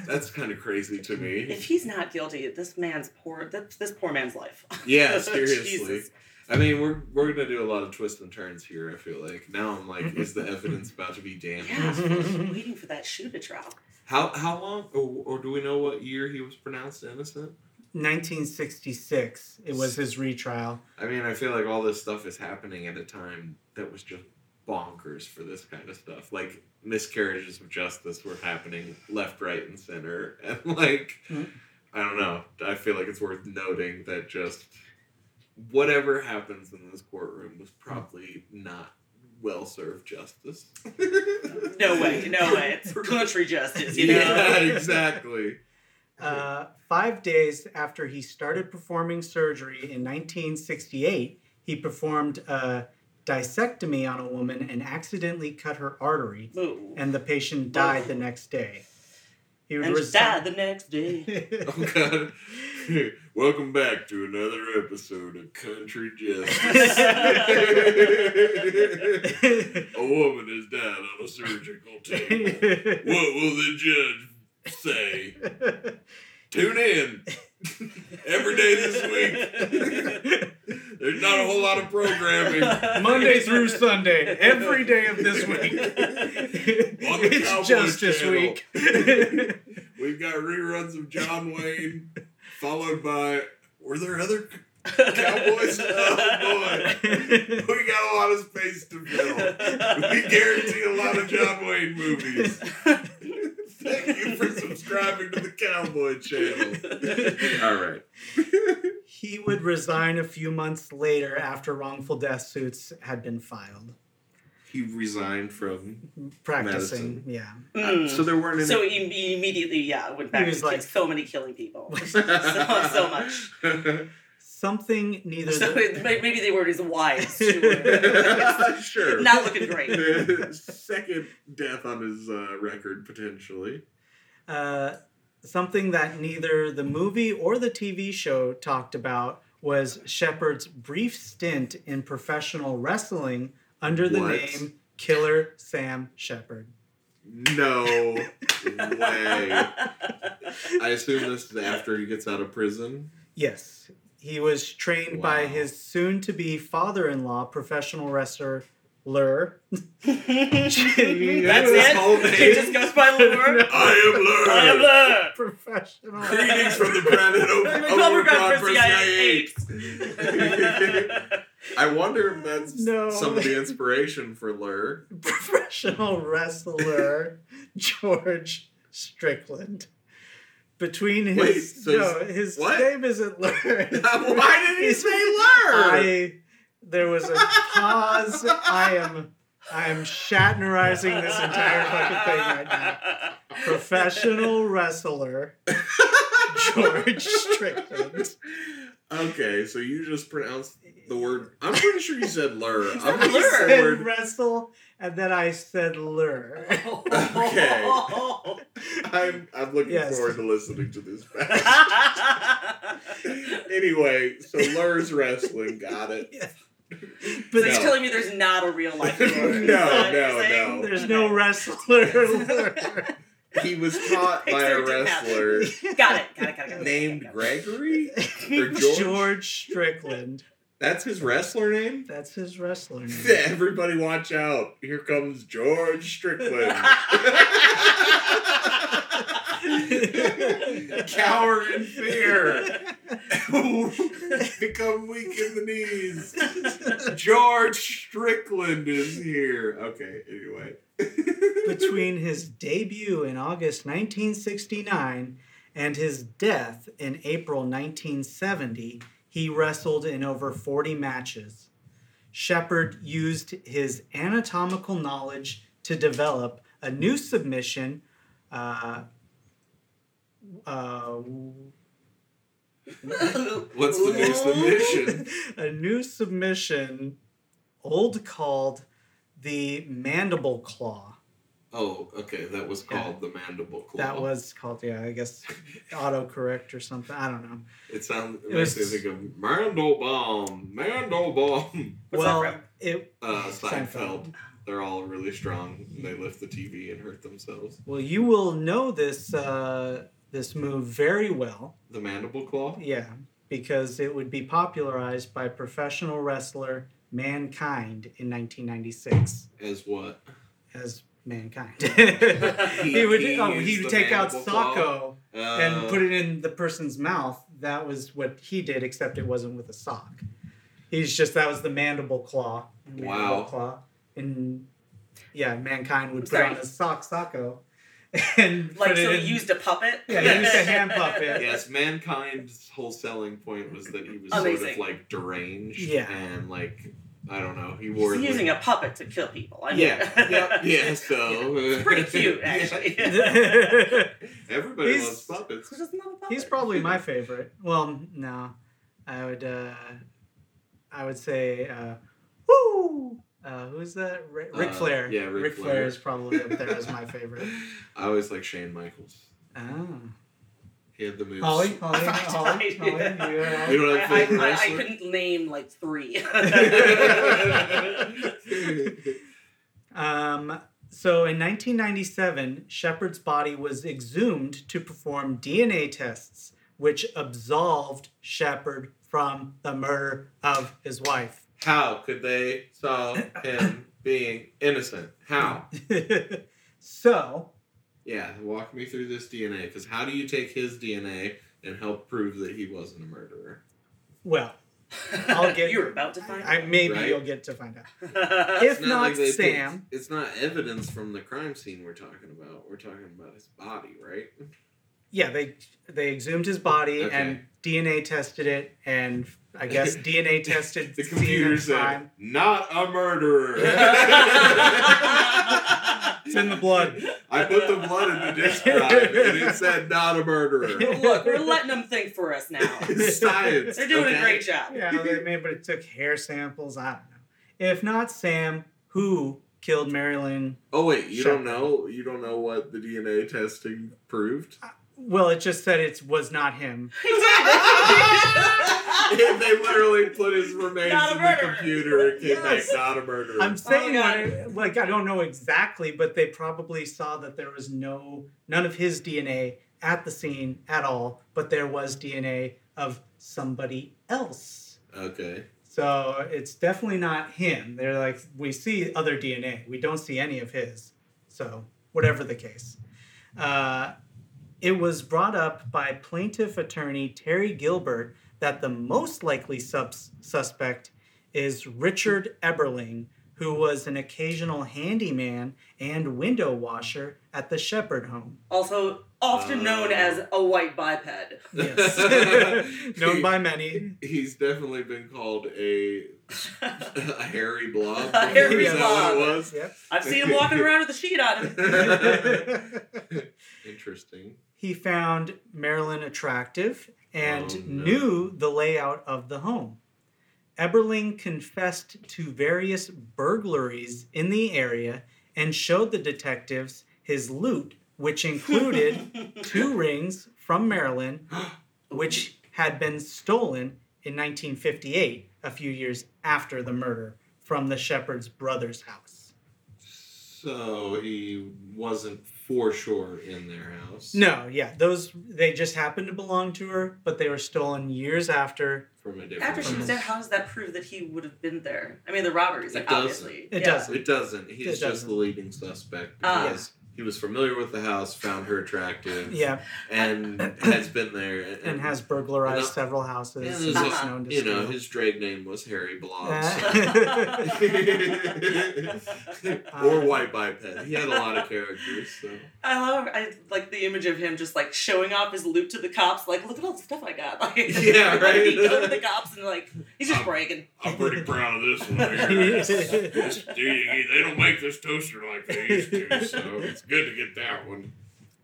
C: that's kind of crazy to me.
B: if he's not guilty, this man's poor. This, this poor man's life.
C: Yeah, seriously.
B: Jesus.
C: I mean, we're we're gonna do a lot of twists and turns here. I feel like now I'm like, is the evidence about to be
B: Yeah,
C: damaged?
B: I'm waiting for that shoe to drop.
C: How how long, or, or do we know what year he was pronounced innocent?
A: 1966. It was his retrial.
C: I mean, I feel like all this stuff is happening at a time that was just bonkers for this kind of stuff. Like miscarriages of justice were happening left, right, and center, and like
A: Mm.
C: I don't know. I feel like it's worth noting that just whatever happens in this courtroom was probably not well served justice.
B: No way, no way. It's country justice, you know.
C: Yeah, exactly.
A: Uh, five days after he started performing surgery in 1968, he performed a dissectomy on a woman and accidentally cut her artery,
B: Ooh.
A: and the patient died the next day. He would
B: And just
A: resign-
B: died the next day.
C: Oh God! Welcome back to another episode of Country Justice. a woman has died on a surgical table. What will the judge say? Tune in every day this week. There's not a whole lot of programming.
A: Monday through Sunday, every day of this week.
C: Cowboy
A: it's Justice
C: Channel.
A: Week.
C: We've got reruns of John Wayne, followed by were there other cowboys? Oh boy. We got a lot of space to fill. We guarantee a lot of John Wayne movies. Thank you for subscribing to the Cowboy Channel. All right.
A: He would resign a few months later after wrongful death suits had been filed.
C: He resigned from.
A: Practicing, yeah.
B: Mm.
C: So there weren't any.
B: So he, he immediately, yeah, went back
A: He was
B: to
A: like-
B: like, so many killing people. so, so much.
A: Something neither
B: So
A: the,
B: it- may- maybe they were his wives. who were-
C: sure.
B: uh, Not looking great.
C: Second death on his uh, record, potentially.
A: uh, something that neither the movie or the TV show talked about was Shepard's brief stint in professional wrestling under the
C: What?
A: name Killer Sam Shepard.
C: No way. I assume this is after he gets out of prison.
A: Yes. He was trained by
C: Wow.
A: his soon to be father in law, professional wrestler Lur.
B: That's
C: His
B: it.
C: whole
B: He
C: name.
B: just goes by Lure.
C: I am Lur.
B: I am Lure.
A: professional.
C: Greetings from the planet of
B: Like, Overground
C: Overground
B: Frisbee guy apes.
C: Apes. I wonder if that's
A: No.
C: some of the inspiration for Lur.
A: professional wrestler George Strickland. Between his
C: Wait, so
A: no, his
C: what?
A: name isn't Lur.
C: Why did he say Lur?
A: I there was a pause. I am I am Shatnerizing this entire fucking thing right now. Professional wrestler George Strickland.
C: Okay, so you just pronounced the word. I'm pretty sure you said lur. I'm pretty
A: I
B: Lur.
C: sure
A: said
C: the word-
A: wrestle, and then I said lure.
C: Okay. I'm, I'm looking
A: Yes.
C: forward to listening to this back. anyway, so lur's wrestling. Got it.
B: But
A: But
B: so
C: No.
B: you're telling me there's not a real life. Lure,
A: No,
B: Is that what
C: no,
B: you're saying?
C: no.
A: there's no wrestler lure.
C: He was taught by a
B: Pixar didn't have
C: wrestler
B: Got it. Got it. Got it. Got it.
C: named
B: got it.
C: Gregory. Or
A: George?
C: George?
A: Strickland.
C: That's his wrestler name.
A: That's his wrestler name.
C: Everybody, watch out! Here comes George Strickland. Cower in fear. Become weak in the knees. George Strickland is here. Okay, anyway.
A: Between his debut in August 1969 and his death in April 1970, he wrestled in over 40 matches. Shepard used his anatomical knowledge to develop a new submission. Uh, uh,
C: What's the new submission?
A: a new submission, old called the mandible claw.
C: Oh, okay. That was called the mandible claw.
A: That was called, yeah, I guess autocorrect or something. I don't know.
C: It sounds. It
A: It
C: makes
A: was-
C: me think of Mandel bomb. Mandel bomb.
B: What's that
A: well,
B: from?
A: it
C: Uh, Seinfeld. They're all really strong. and They lift the TV and hurt themselves.
A: Well, you will know this uh, this move very well,
C: The mandible claw.
A: yeah, because it would be popularized by professional wrestler Mankind in 1996
C: As what?
A: as Mankind. he would
C: He
A: oh, he
C: used
A: would
C: the
A: take out
C: mandible claw.
A: Socko.
C: Uh,
A: and put it in the person's mouth. That was what he did, except it wasn't with a sock. He's just that was the mandible claw. Mandible
C: Wow.
A: Claw. And yeah, mankind would put
B: Sorry.
A: on a sock socko and
B: Like
A: put it
B: so, he
A: in-
B: used a puppet.
A: Yeah, he used a hand puppet.
C: Yes, mankind's whole selling point was that he was sort of
B: Amazing.
C: like deranged.
A: Yeah.
C: And like, I don't know. He wore.
B: He's
C: like-
B: using a puppet to kill people. I mean,
C: Yeah. yeah. Yeah. So. uh,
B: It's pretty cute, actually.
C: Everybody
A: He's-
C: loves puppets.
B: Who doesn't love a puppet?
A: He's probably my favorite. Well, no, I would uh, I would say uh, woo. Uh, who's that? Ric, Ric
C: Uh,
A: Flair.
C: yeah, Ric
A: Ric Flair
C: Flair.
A: is probably up there as my favorite.
C: I always like Shane Michaels.
A: Oh.
C: He had the moves.
A: Holly, Holly,
B: I
A: Holly,
B: died.
A: Holly, you are
C: We
A: Holly.
B: I,
C: don't have
B: I,
C: favorite
B: I, I
C: wrestler?
B: couldn't name like three.
A: Um, so in 1997, Shepard's body was exhumed to perform DNA tests, which absolved Shepard from the murder of his wife.
C: How could they solve him being innocent? How?
A: so,
C: Yeah, walk me through this DNA. Because how do you take his DNA and help prove that he wasn't a murderer?
A: well, I'll get-
B: You're about to find.
A: I, maybe
C: Right.
A: you'll get to find out.
B: out.
A: If
C: It's
A: not,
C: they picked-
A: Sam.
C: it's not evidence from the crime scene we're talking about. We're talking about his body, right?
A: Yeah, they they exhumed his body
C: Okay.
A: and DNA tested it, and I guess DNA tested
C: The
A: scene of
C: computer
A: crime.
C: said, "Not a murderer."
A: It's in the blood.
C: I put the blood in the disk drive, and it said, "Not a murderer."
B: Look, we're letting them think for us now.
C: It's science.
B: They're doing
C: okay?
B: a great job.
A: yeah, they may, but it took hair samples. I don't know. If not Sam, who killed Marilyn?
C: Oh wait, you
A: Shepard.
C: don't know? You don't know what the DNA testing proved?
A: Well, it just said it was not him.
C: And they literally put his remains
B: Not a
C: in the
B: murderer.
C: computer and came
A: Yes.
C: back not a murderer.
A: I'm saying,
B: God.
A: that- like, I don't know exactly, but they probably saw that there was no none of his DNA at the scene at all, but there was DNA of somebody else.
C: okay.
A: So it's definitely not him. They're like, we see other DNA. We don't see any of his. So, whatever the case. Uh, it was brought up by plaintiff attorney Terry Gilbert that the most likely subs- suspect is Richard Eberling, who was an occasional handyman and window washer at the Shepherd home.
B: Also, often known
C: Uh.
B: as a white biped.
A: Yes. Known by many.
C: He's definitely been called a, a hairy blob.
B: A hairy
C: Is that
B: blob.
C: what it was?
A: Yep.
B: I've seen him walking around with a sheet on him.
C: Interesting.
A: He found Marilyn attractive and
C: Oh, no.
A: knew the layout of the home. Eberling confessed to various burglaries in the area and showed the detectives his loot, which included two rings from Marilyn, which had been stolen in 1958, a few years after the murder, from the Shepherd's brother's house.
C: So he wasn't for sure in their house.
A: No, yeah, those they just happened to belong to her, but they were stolen years after.
C: From a different
B: After she was
C: house.
B: dead, how does that prove that he would have been there? I mean, the robberies,
C: It
B: like,
C: doesn't.
B: obviously.
A: It
B: Yeah.
A: doesn't.
C: It doesn't. He's
A: It
C: just
A: doesn't.
C: the leading suspect
B: Ah.
C: because he was familiar with the house, found her attractive,
A: Yeah,
C: and has been there and,
A: and has
C: And,
A: burglarized
C: uh,
A: several houses.
C: and
A: and
C: there's
A: is
B: a-
A: known to
C: you know
A: steal.
C: his drag name was Harry Blob.
A: Uh,
C: so- or white biped. He had a lot of characters. So
B: I love, I like the image of him just like showing off his loot to the cops, like, look at all the stuff I got. Like,
C: Yeah,
B: like,
C: right.
B: He go to the cops and like, he's just
C: Um,
B: bragging.
D: I'm pretty proud of this one. Here. This- they they don't make this toaster like they used to, so it's good to get that one.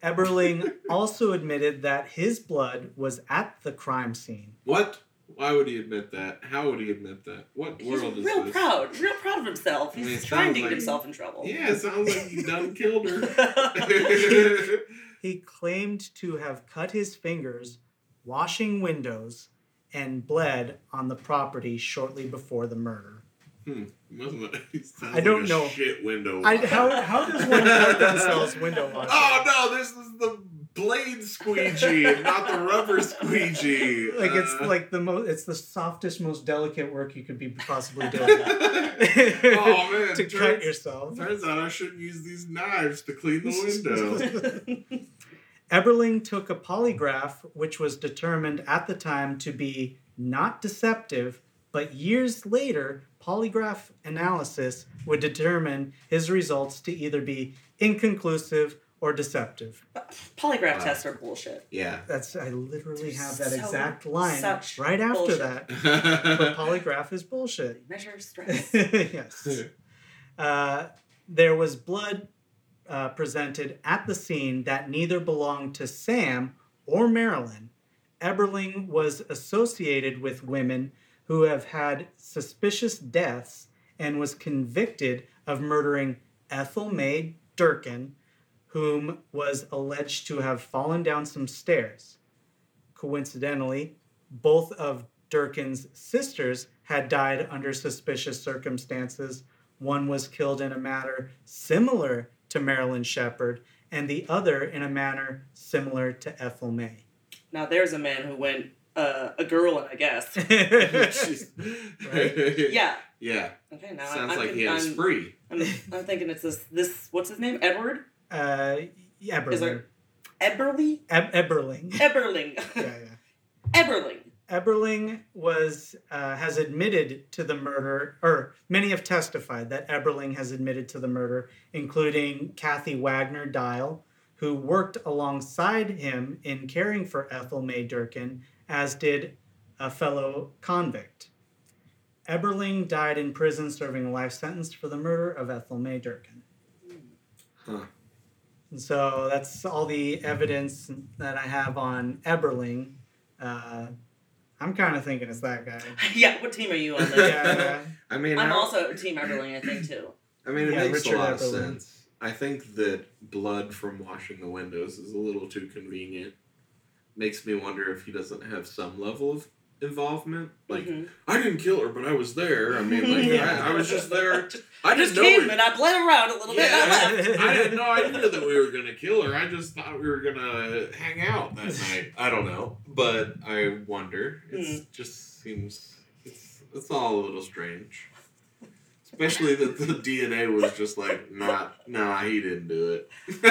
A: Eberling also admitted that his blood was at the crime scene.
C: what? Why would he admit that? How would he admit that? What
B: He's
C: world is
B: real
C: this?
B: proud, real proud of himself.
C: I mean,
B: He's
C: it
B: trying
C: sounds
B: to get
C: like-
B: himself in trouble.
C: Yeah, it sounds like he done killed her.
A: He claimed to have cut his fingers washing windows and bled on the property shortly before the murder.
C: hmm. Wasn't that- he sounds
A: I don't
C: like a
A: know.
C: Shit window.
A: I,
C: washer.
A: how, how does one cut themselves window washing?
C: Oh no! This is the blade squeegee, and not the rubber squeegee.
A: Like it's
C: Uh,
A: like the most, it's the softest, most delicate work you could be possibly doing.
C: oh man!
A: to cut
C: turns,
A: yourself.
C: turns out I shouldn't use these knives to clean the window.
A: Eberling took a polygraph, which was determined at the time to be not deceptive, but years later, polygraph analysis would determine his results to either be inconclusive or deceptive.
B: Polygraph
C: Wow.
B: tests are bullshit.
C: yeah.
A: That's I literally
B: They're
A: have that
B: so-
A: exact line
B: such
A: right after
B: bullshit.
A: that. But
C: That's
A: polygraph is bullshit.
B: Measure stress.
A: yes. Uh, there was blood uh, presented at the scene that neither belonged to Sam or Marilyn. Eberling was associated with women who have had suspicious deaths and was convicted of murdering Ethel May Durkin, whom was alleged to have fallen down some stairs. Coincidentally, both of Durkin's sisters had died under suspicious circumstances. One was killed in a manner similar to Marilyn Shepard, and the other in a manner similar to Ethel May.
B: now there's a man who went uh, a girl, I guess. Yeah.
C: Yeah.
B: Okay. Now I'm,
C: Sounds
B: I'm,
C: like
B: con-
C: he had a
B: I'm-
C: spree.
B: I'm, I'm thinking it's this this what's his name? Edward?
A: uh, Eberling.
B: Is there Eberly?
A: Eb- Eberling.
B: Eberling.
A: yeah, yeah.
B: Eberling.
A: Eberling was uh, has admitted to the murder, or many have testified that Eberling has admitted to the murder, including Kathy Wagner Dial, who worked alongside him in caring for Ethel May Durkin, as did a fellow convict. Eberling died in prison serving a life sentence for the murder of Ethel May Durkin.
C: Huh.
A: And so that's all the evidence that I have on Eberling. Uh, I'm kind of thinking it's that guy.
B: Yeah. What team are you on? There?
A: Yeah,
C: I mean,
B: I'm
C: how-
B: also team Eberling, I think too.
C: I mean, it
A: Yeah,
C: makes
A: Richard
C: a lot of
A: Eberle.
C: sense. I think that blood from washing the windows is a little too convenient. Makes me wonder if he doesn't have some level of involvement. Like,
B: Mhm.
C: I didn't kill her, but I was there. I mean, like,
A: Yeah.
C: I, I was just there.
B: I
C: I
B: just
C: didn't
B: came
C: know.
B: and I bled around a little bit. and I
C: Yeah.
B: left.
C: It, I had no idea that we were gonna kill her. I just thought we were gonna hang out that night. I don't know, but I wonder.
A: Hmm.
C: It just seems it's it's all a little strange. Especially that the DNA was just like, nah, nah, he didn't do
B: I,
C: it.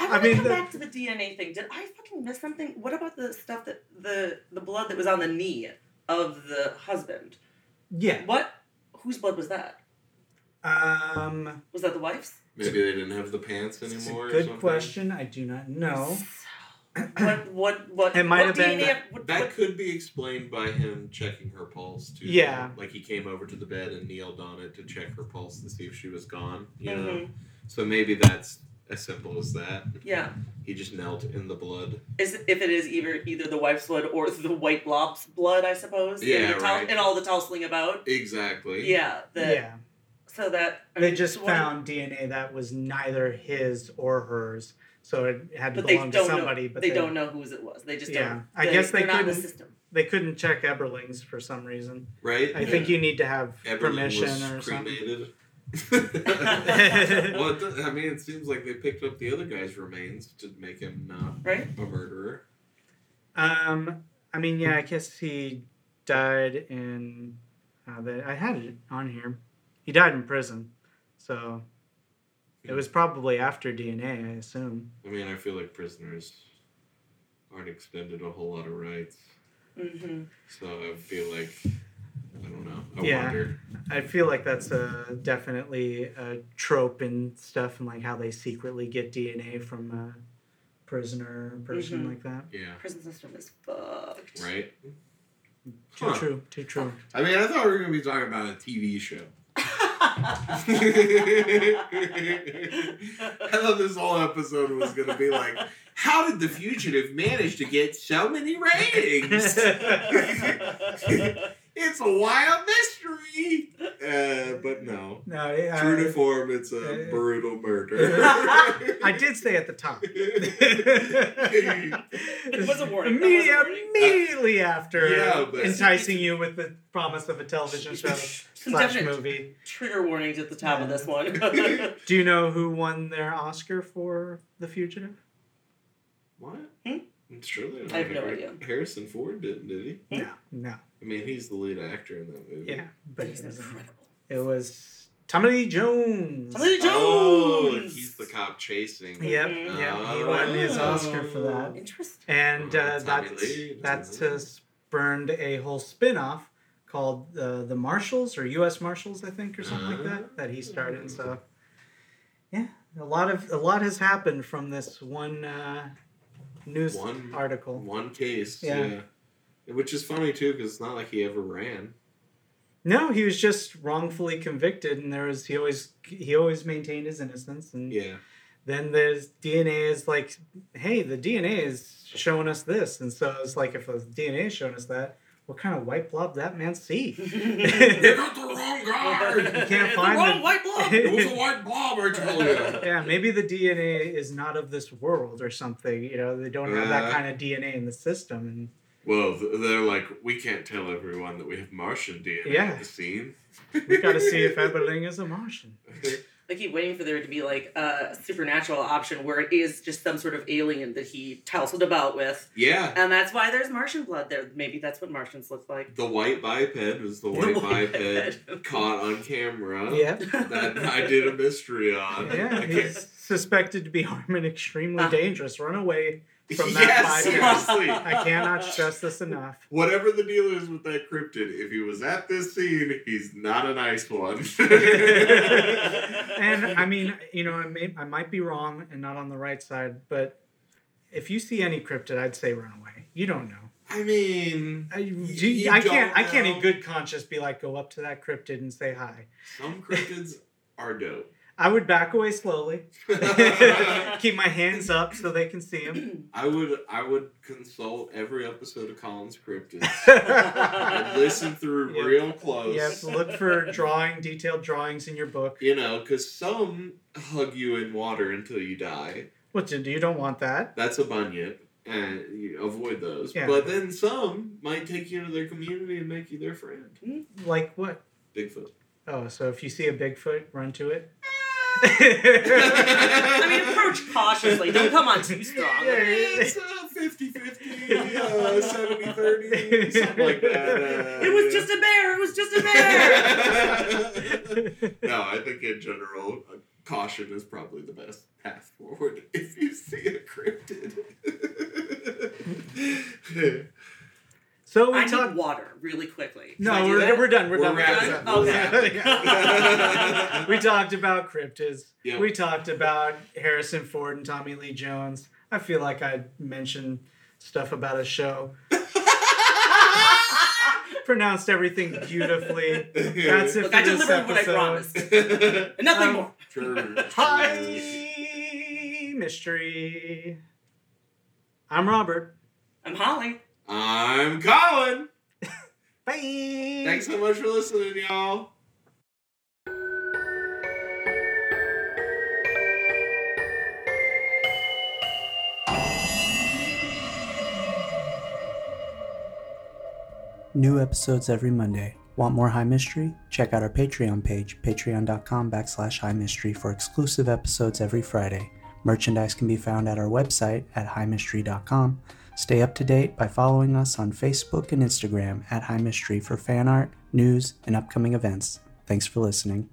B: I,
A: mean,
B: mean, come
A: the-
B: back to the DNA thing. Did I fucking miss something? What about the stuff that the the blood that was on the knee of the husband?
A: yeah.
B: What? Whose blood was that?
A: Um,
B: Was that the wife's?
C: Maybe they didn't have the pants
A: it's a
C: anymore. or
A: good
C: something.
A: question. I do not know.
B: What what what?
A: It might
B: what
A: have been
B: DNA
A: that-
B: what-
C: That
B: what-
C: could be explained by him checking her pulse too.
A: Yeah.
C: Like he came over to the bed and kneeled on it to check her pulse to see if she was gone. You know.
A: Mm-hmm.
B: Mhm.
C: So maybe that's as simple as that.
B: Yeah.
C: He just knelt in the blood.
B: Is it- if it is either either the wife's blood or the white blob's blood, I suppose. and
C: Yeah,
B: the tou-
C: right.
B: And all the tousling about.
C: Exactly.
B: Yeah. The,
A: yeah,
B: So that I
A: they
B: mean,
A: just
B: what-
A: found DNA that was neither his or hers, so it had to
B: But they
A: belong
B: don't
A: to somebody.
B: know.
A: But
B: they, don't know whose it was. They just
A: Yeah.
B: don't.
A: I guess they
B: are not in the
A: couldn't-
B: system.
A: They couldn't check Eberling's for some reason.
C: Right.
A: I think you need to have
C: Everyone
A: permission
C: was
A: or something.
C: cremated.
A: something.
C: well, it does, I mean, it seems like they picked up the other guy's remains to make him not
B: Right.
C: a murderer.
A: Um, I mean, yeah, I guess he died in. Uh, the, I had it on here. He died in prison, so it was probably after DNA, I assume.
C: I mean, I feel like prisoners aren't extended a whole lot of rights,
B: Mm-hmm.
C: so I feel like I don't know. I
A: Yeah.
C: wonder.
A: I feel like that's a definitely a trope and stuff, and like how they secretly get DNA from a prisoner or person
B: Mhm.
C: Mm-hmm.
A: like that.
C: Yeah.
B: Prison system is fucked.
C: Right.
A: Too
C: Huh.
A: true. Too true.
C: I mean, I thought we were gonna be talking about a TV show. I thought this whole episode was gonna be like, how did the fugitive manage to get so many ratings? it's a wild mystery. Uh, but no.
A: No, yeah,
C: True to form, it's a
A: uh,
C: brutal murder.
A: I did say at the top.
B: It was a warning. Uh, That was
A: Immediate-
B: a warning.
A: Immediately after
C: Yeah, but-
A: enticing you with the promise of a television show slash
B: Definite.
A: movie.
B: Trigger warnings at the top of this one.
A: Do you know who won their Oscar for The Fugitive?
C: what?
B: Hmm?
C: Surely
B: I have no idea.
C: Harrison Ford didn't, did he?
A: No, no.
C: I mean, he's the lead actor in that movie.
A: Yeah, but
B: He's
A: it was,
B: incredible.
A: it was Tommy Lee Jones.
B: Tommy Lee Jones.
C: Oh, he's the cop chasing.
A: Yep,
B: Mhm.
A: yep.
C: Ah.
A: He won his Oscar for that.
B: Interesting.
A: And
C: Oh,
A: uh,
C: Tommy
A: that's
C: Lee,
A: that's
C: Tommy Lee.
A: uh, spurned a whole spin-off called uh, the Marshals or U.S. Marshals, I think, or something like that that
C: Uh-huh.
A: he started. So, yeah, a lot of a lot has happened from this one uh, news
C: One-
A: article.
C: One case.
A: Yeah.
C: Yeah. Which is funny too, because it's not like he ever ran.
A: No, he was just wrongfully convicted, and there was he always he always maintained his innocence, and
C: Yeah.
A: then there's DNA is like, hey, the DNA is showing us this, and so it's like if the DNA is showing us that, what kind of white blob that man see?
C: They got the wrong guard.
A: can't
B: The
A: find
B: wrong
A: it.
B: white blob.
C: It was a white blob, I told you.
A: yeah, maybe the DNA is not of this world or something. You know, they don't have that
C: Uh.
A: kind of DNA in the system. And
C: Well, th- they're like, we can't tell everyone that we have Martian DNA
A: Yeah.
C: at the scene.
A: we got to see if Eberling is a Martian.
B: I keep waiting for there to be like a supernatural option where it is just some sort of alien that he tousled about with,
C: yeah.
B: and that's why there's Martian blood there. Maybe that's what Martians look like.
C: The white biped was the white, biped, caught on camera.
A: Yeah,
C: That I did a mystery on.
A: yeah,
C: I can't-
A: he's suspected to be armed and extremely
B: Uh.
A: dangerous. Run away. From
C: yeah,
A: that biped.
C: seriously.
A: I cannot stress this enough.
C: Whatever the deal is with that cryptid, if he was at this scene, he's not a nice one.
A: And I mean, you know, I may I might be wrong and not on the right side, but if you see any cryptid, I'd say run away. You don't know.
C: I mean,
A: I,
C: you
A: I can't.
C: don't
A: I can't in
C: know.
A: good conscience be like, go up to that cryptid and say hi.
C: some cryptids are dope.
A: I would back away slowly, keep my hands up so they can see him.
C: I would I would consult every episode of Colin's Cryptids. I'd
A: you
C: listen through
A: Yep.
C: real close.
A: have to look for drawing, detailed drawings in your book.
C: You know, because some hug you in water until you die.
A: What you do? You don't want that.
C: That's a bunyip, and you avoid those.
A: Yeah.
C: But then some might take you into their community and make you their friend.
A: Like what?
C: Bigfoot.
A: Oh, so if you see a Bigfoot, run to it.
B: I mean, approach cautiously. Don't come on too strong.
C: It's uh, 50-50, uh, 70-30, something like that. Uh,
B: It was just a bear. It was just a bear.
C: no, I think in general, uh, caution is probably the best path forward if you see a cryptid.
A: So we
B: I
A: talked.
B: need water really quickly. Can I
A: No,
B: do
A: we're,
B: that?
A: we're done. We're,
C: We're
A: done. with
C: wrapping.
A: that.
B: We're
C: wrapping.
A: we talked about cryptids.
C: Yeah.
A: We talked about Harrison Ford and Tommy Lee Jones. I feel like I mentioned stuff about a show. Pronounced everything beautifully. That's it
B: Look,
A: for
B: I
A: this
B: delivered what I
A: episode.
B: promised.
C: True.
B: And nothing
A: Um,
B: more.
A: Hi, mystery. I'm Robert.
B: I'm Holly.
C: I'm Colin.
A: Bye.
C: Thanks so much for listening, y'all.
A: New episodes every Monday. Want more High Mystery? Check out our Patreon page, patreon.com backslash High Mystery for exclusive episodes every Friday. Merchandise can be found at our website at highmystery.com. Stay up to date by following us on Facebook and Instagram at High Mystery for fan art, news, and upcoming events. Thanks for listening.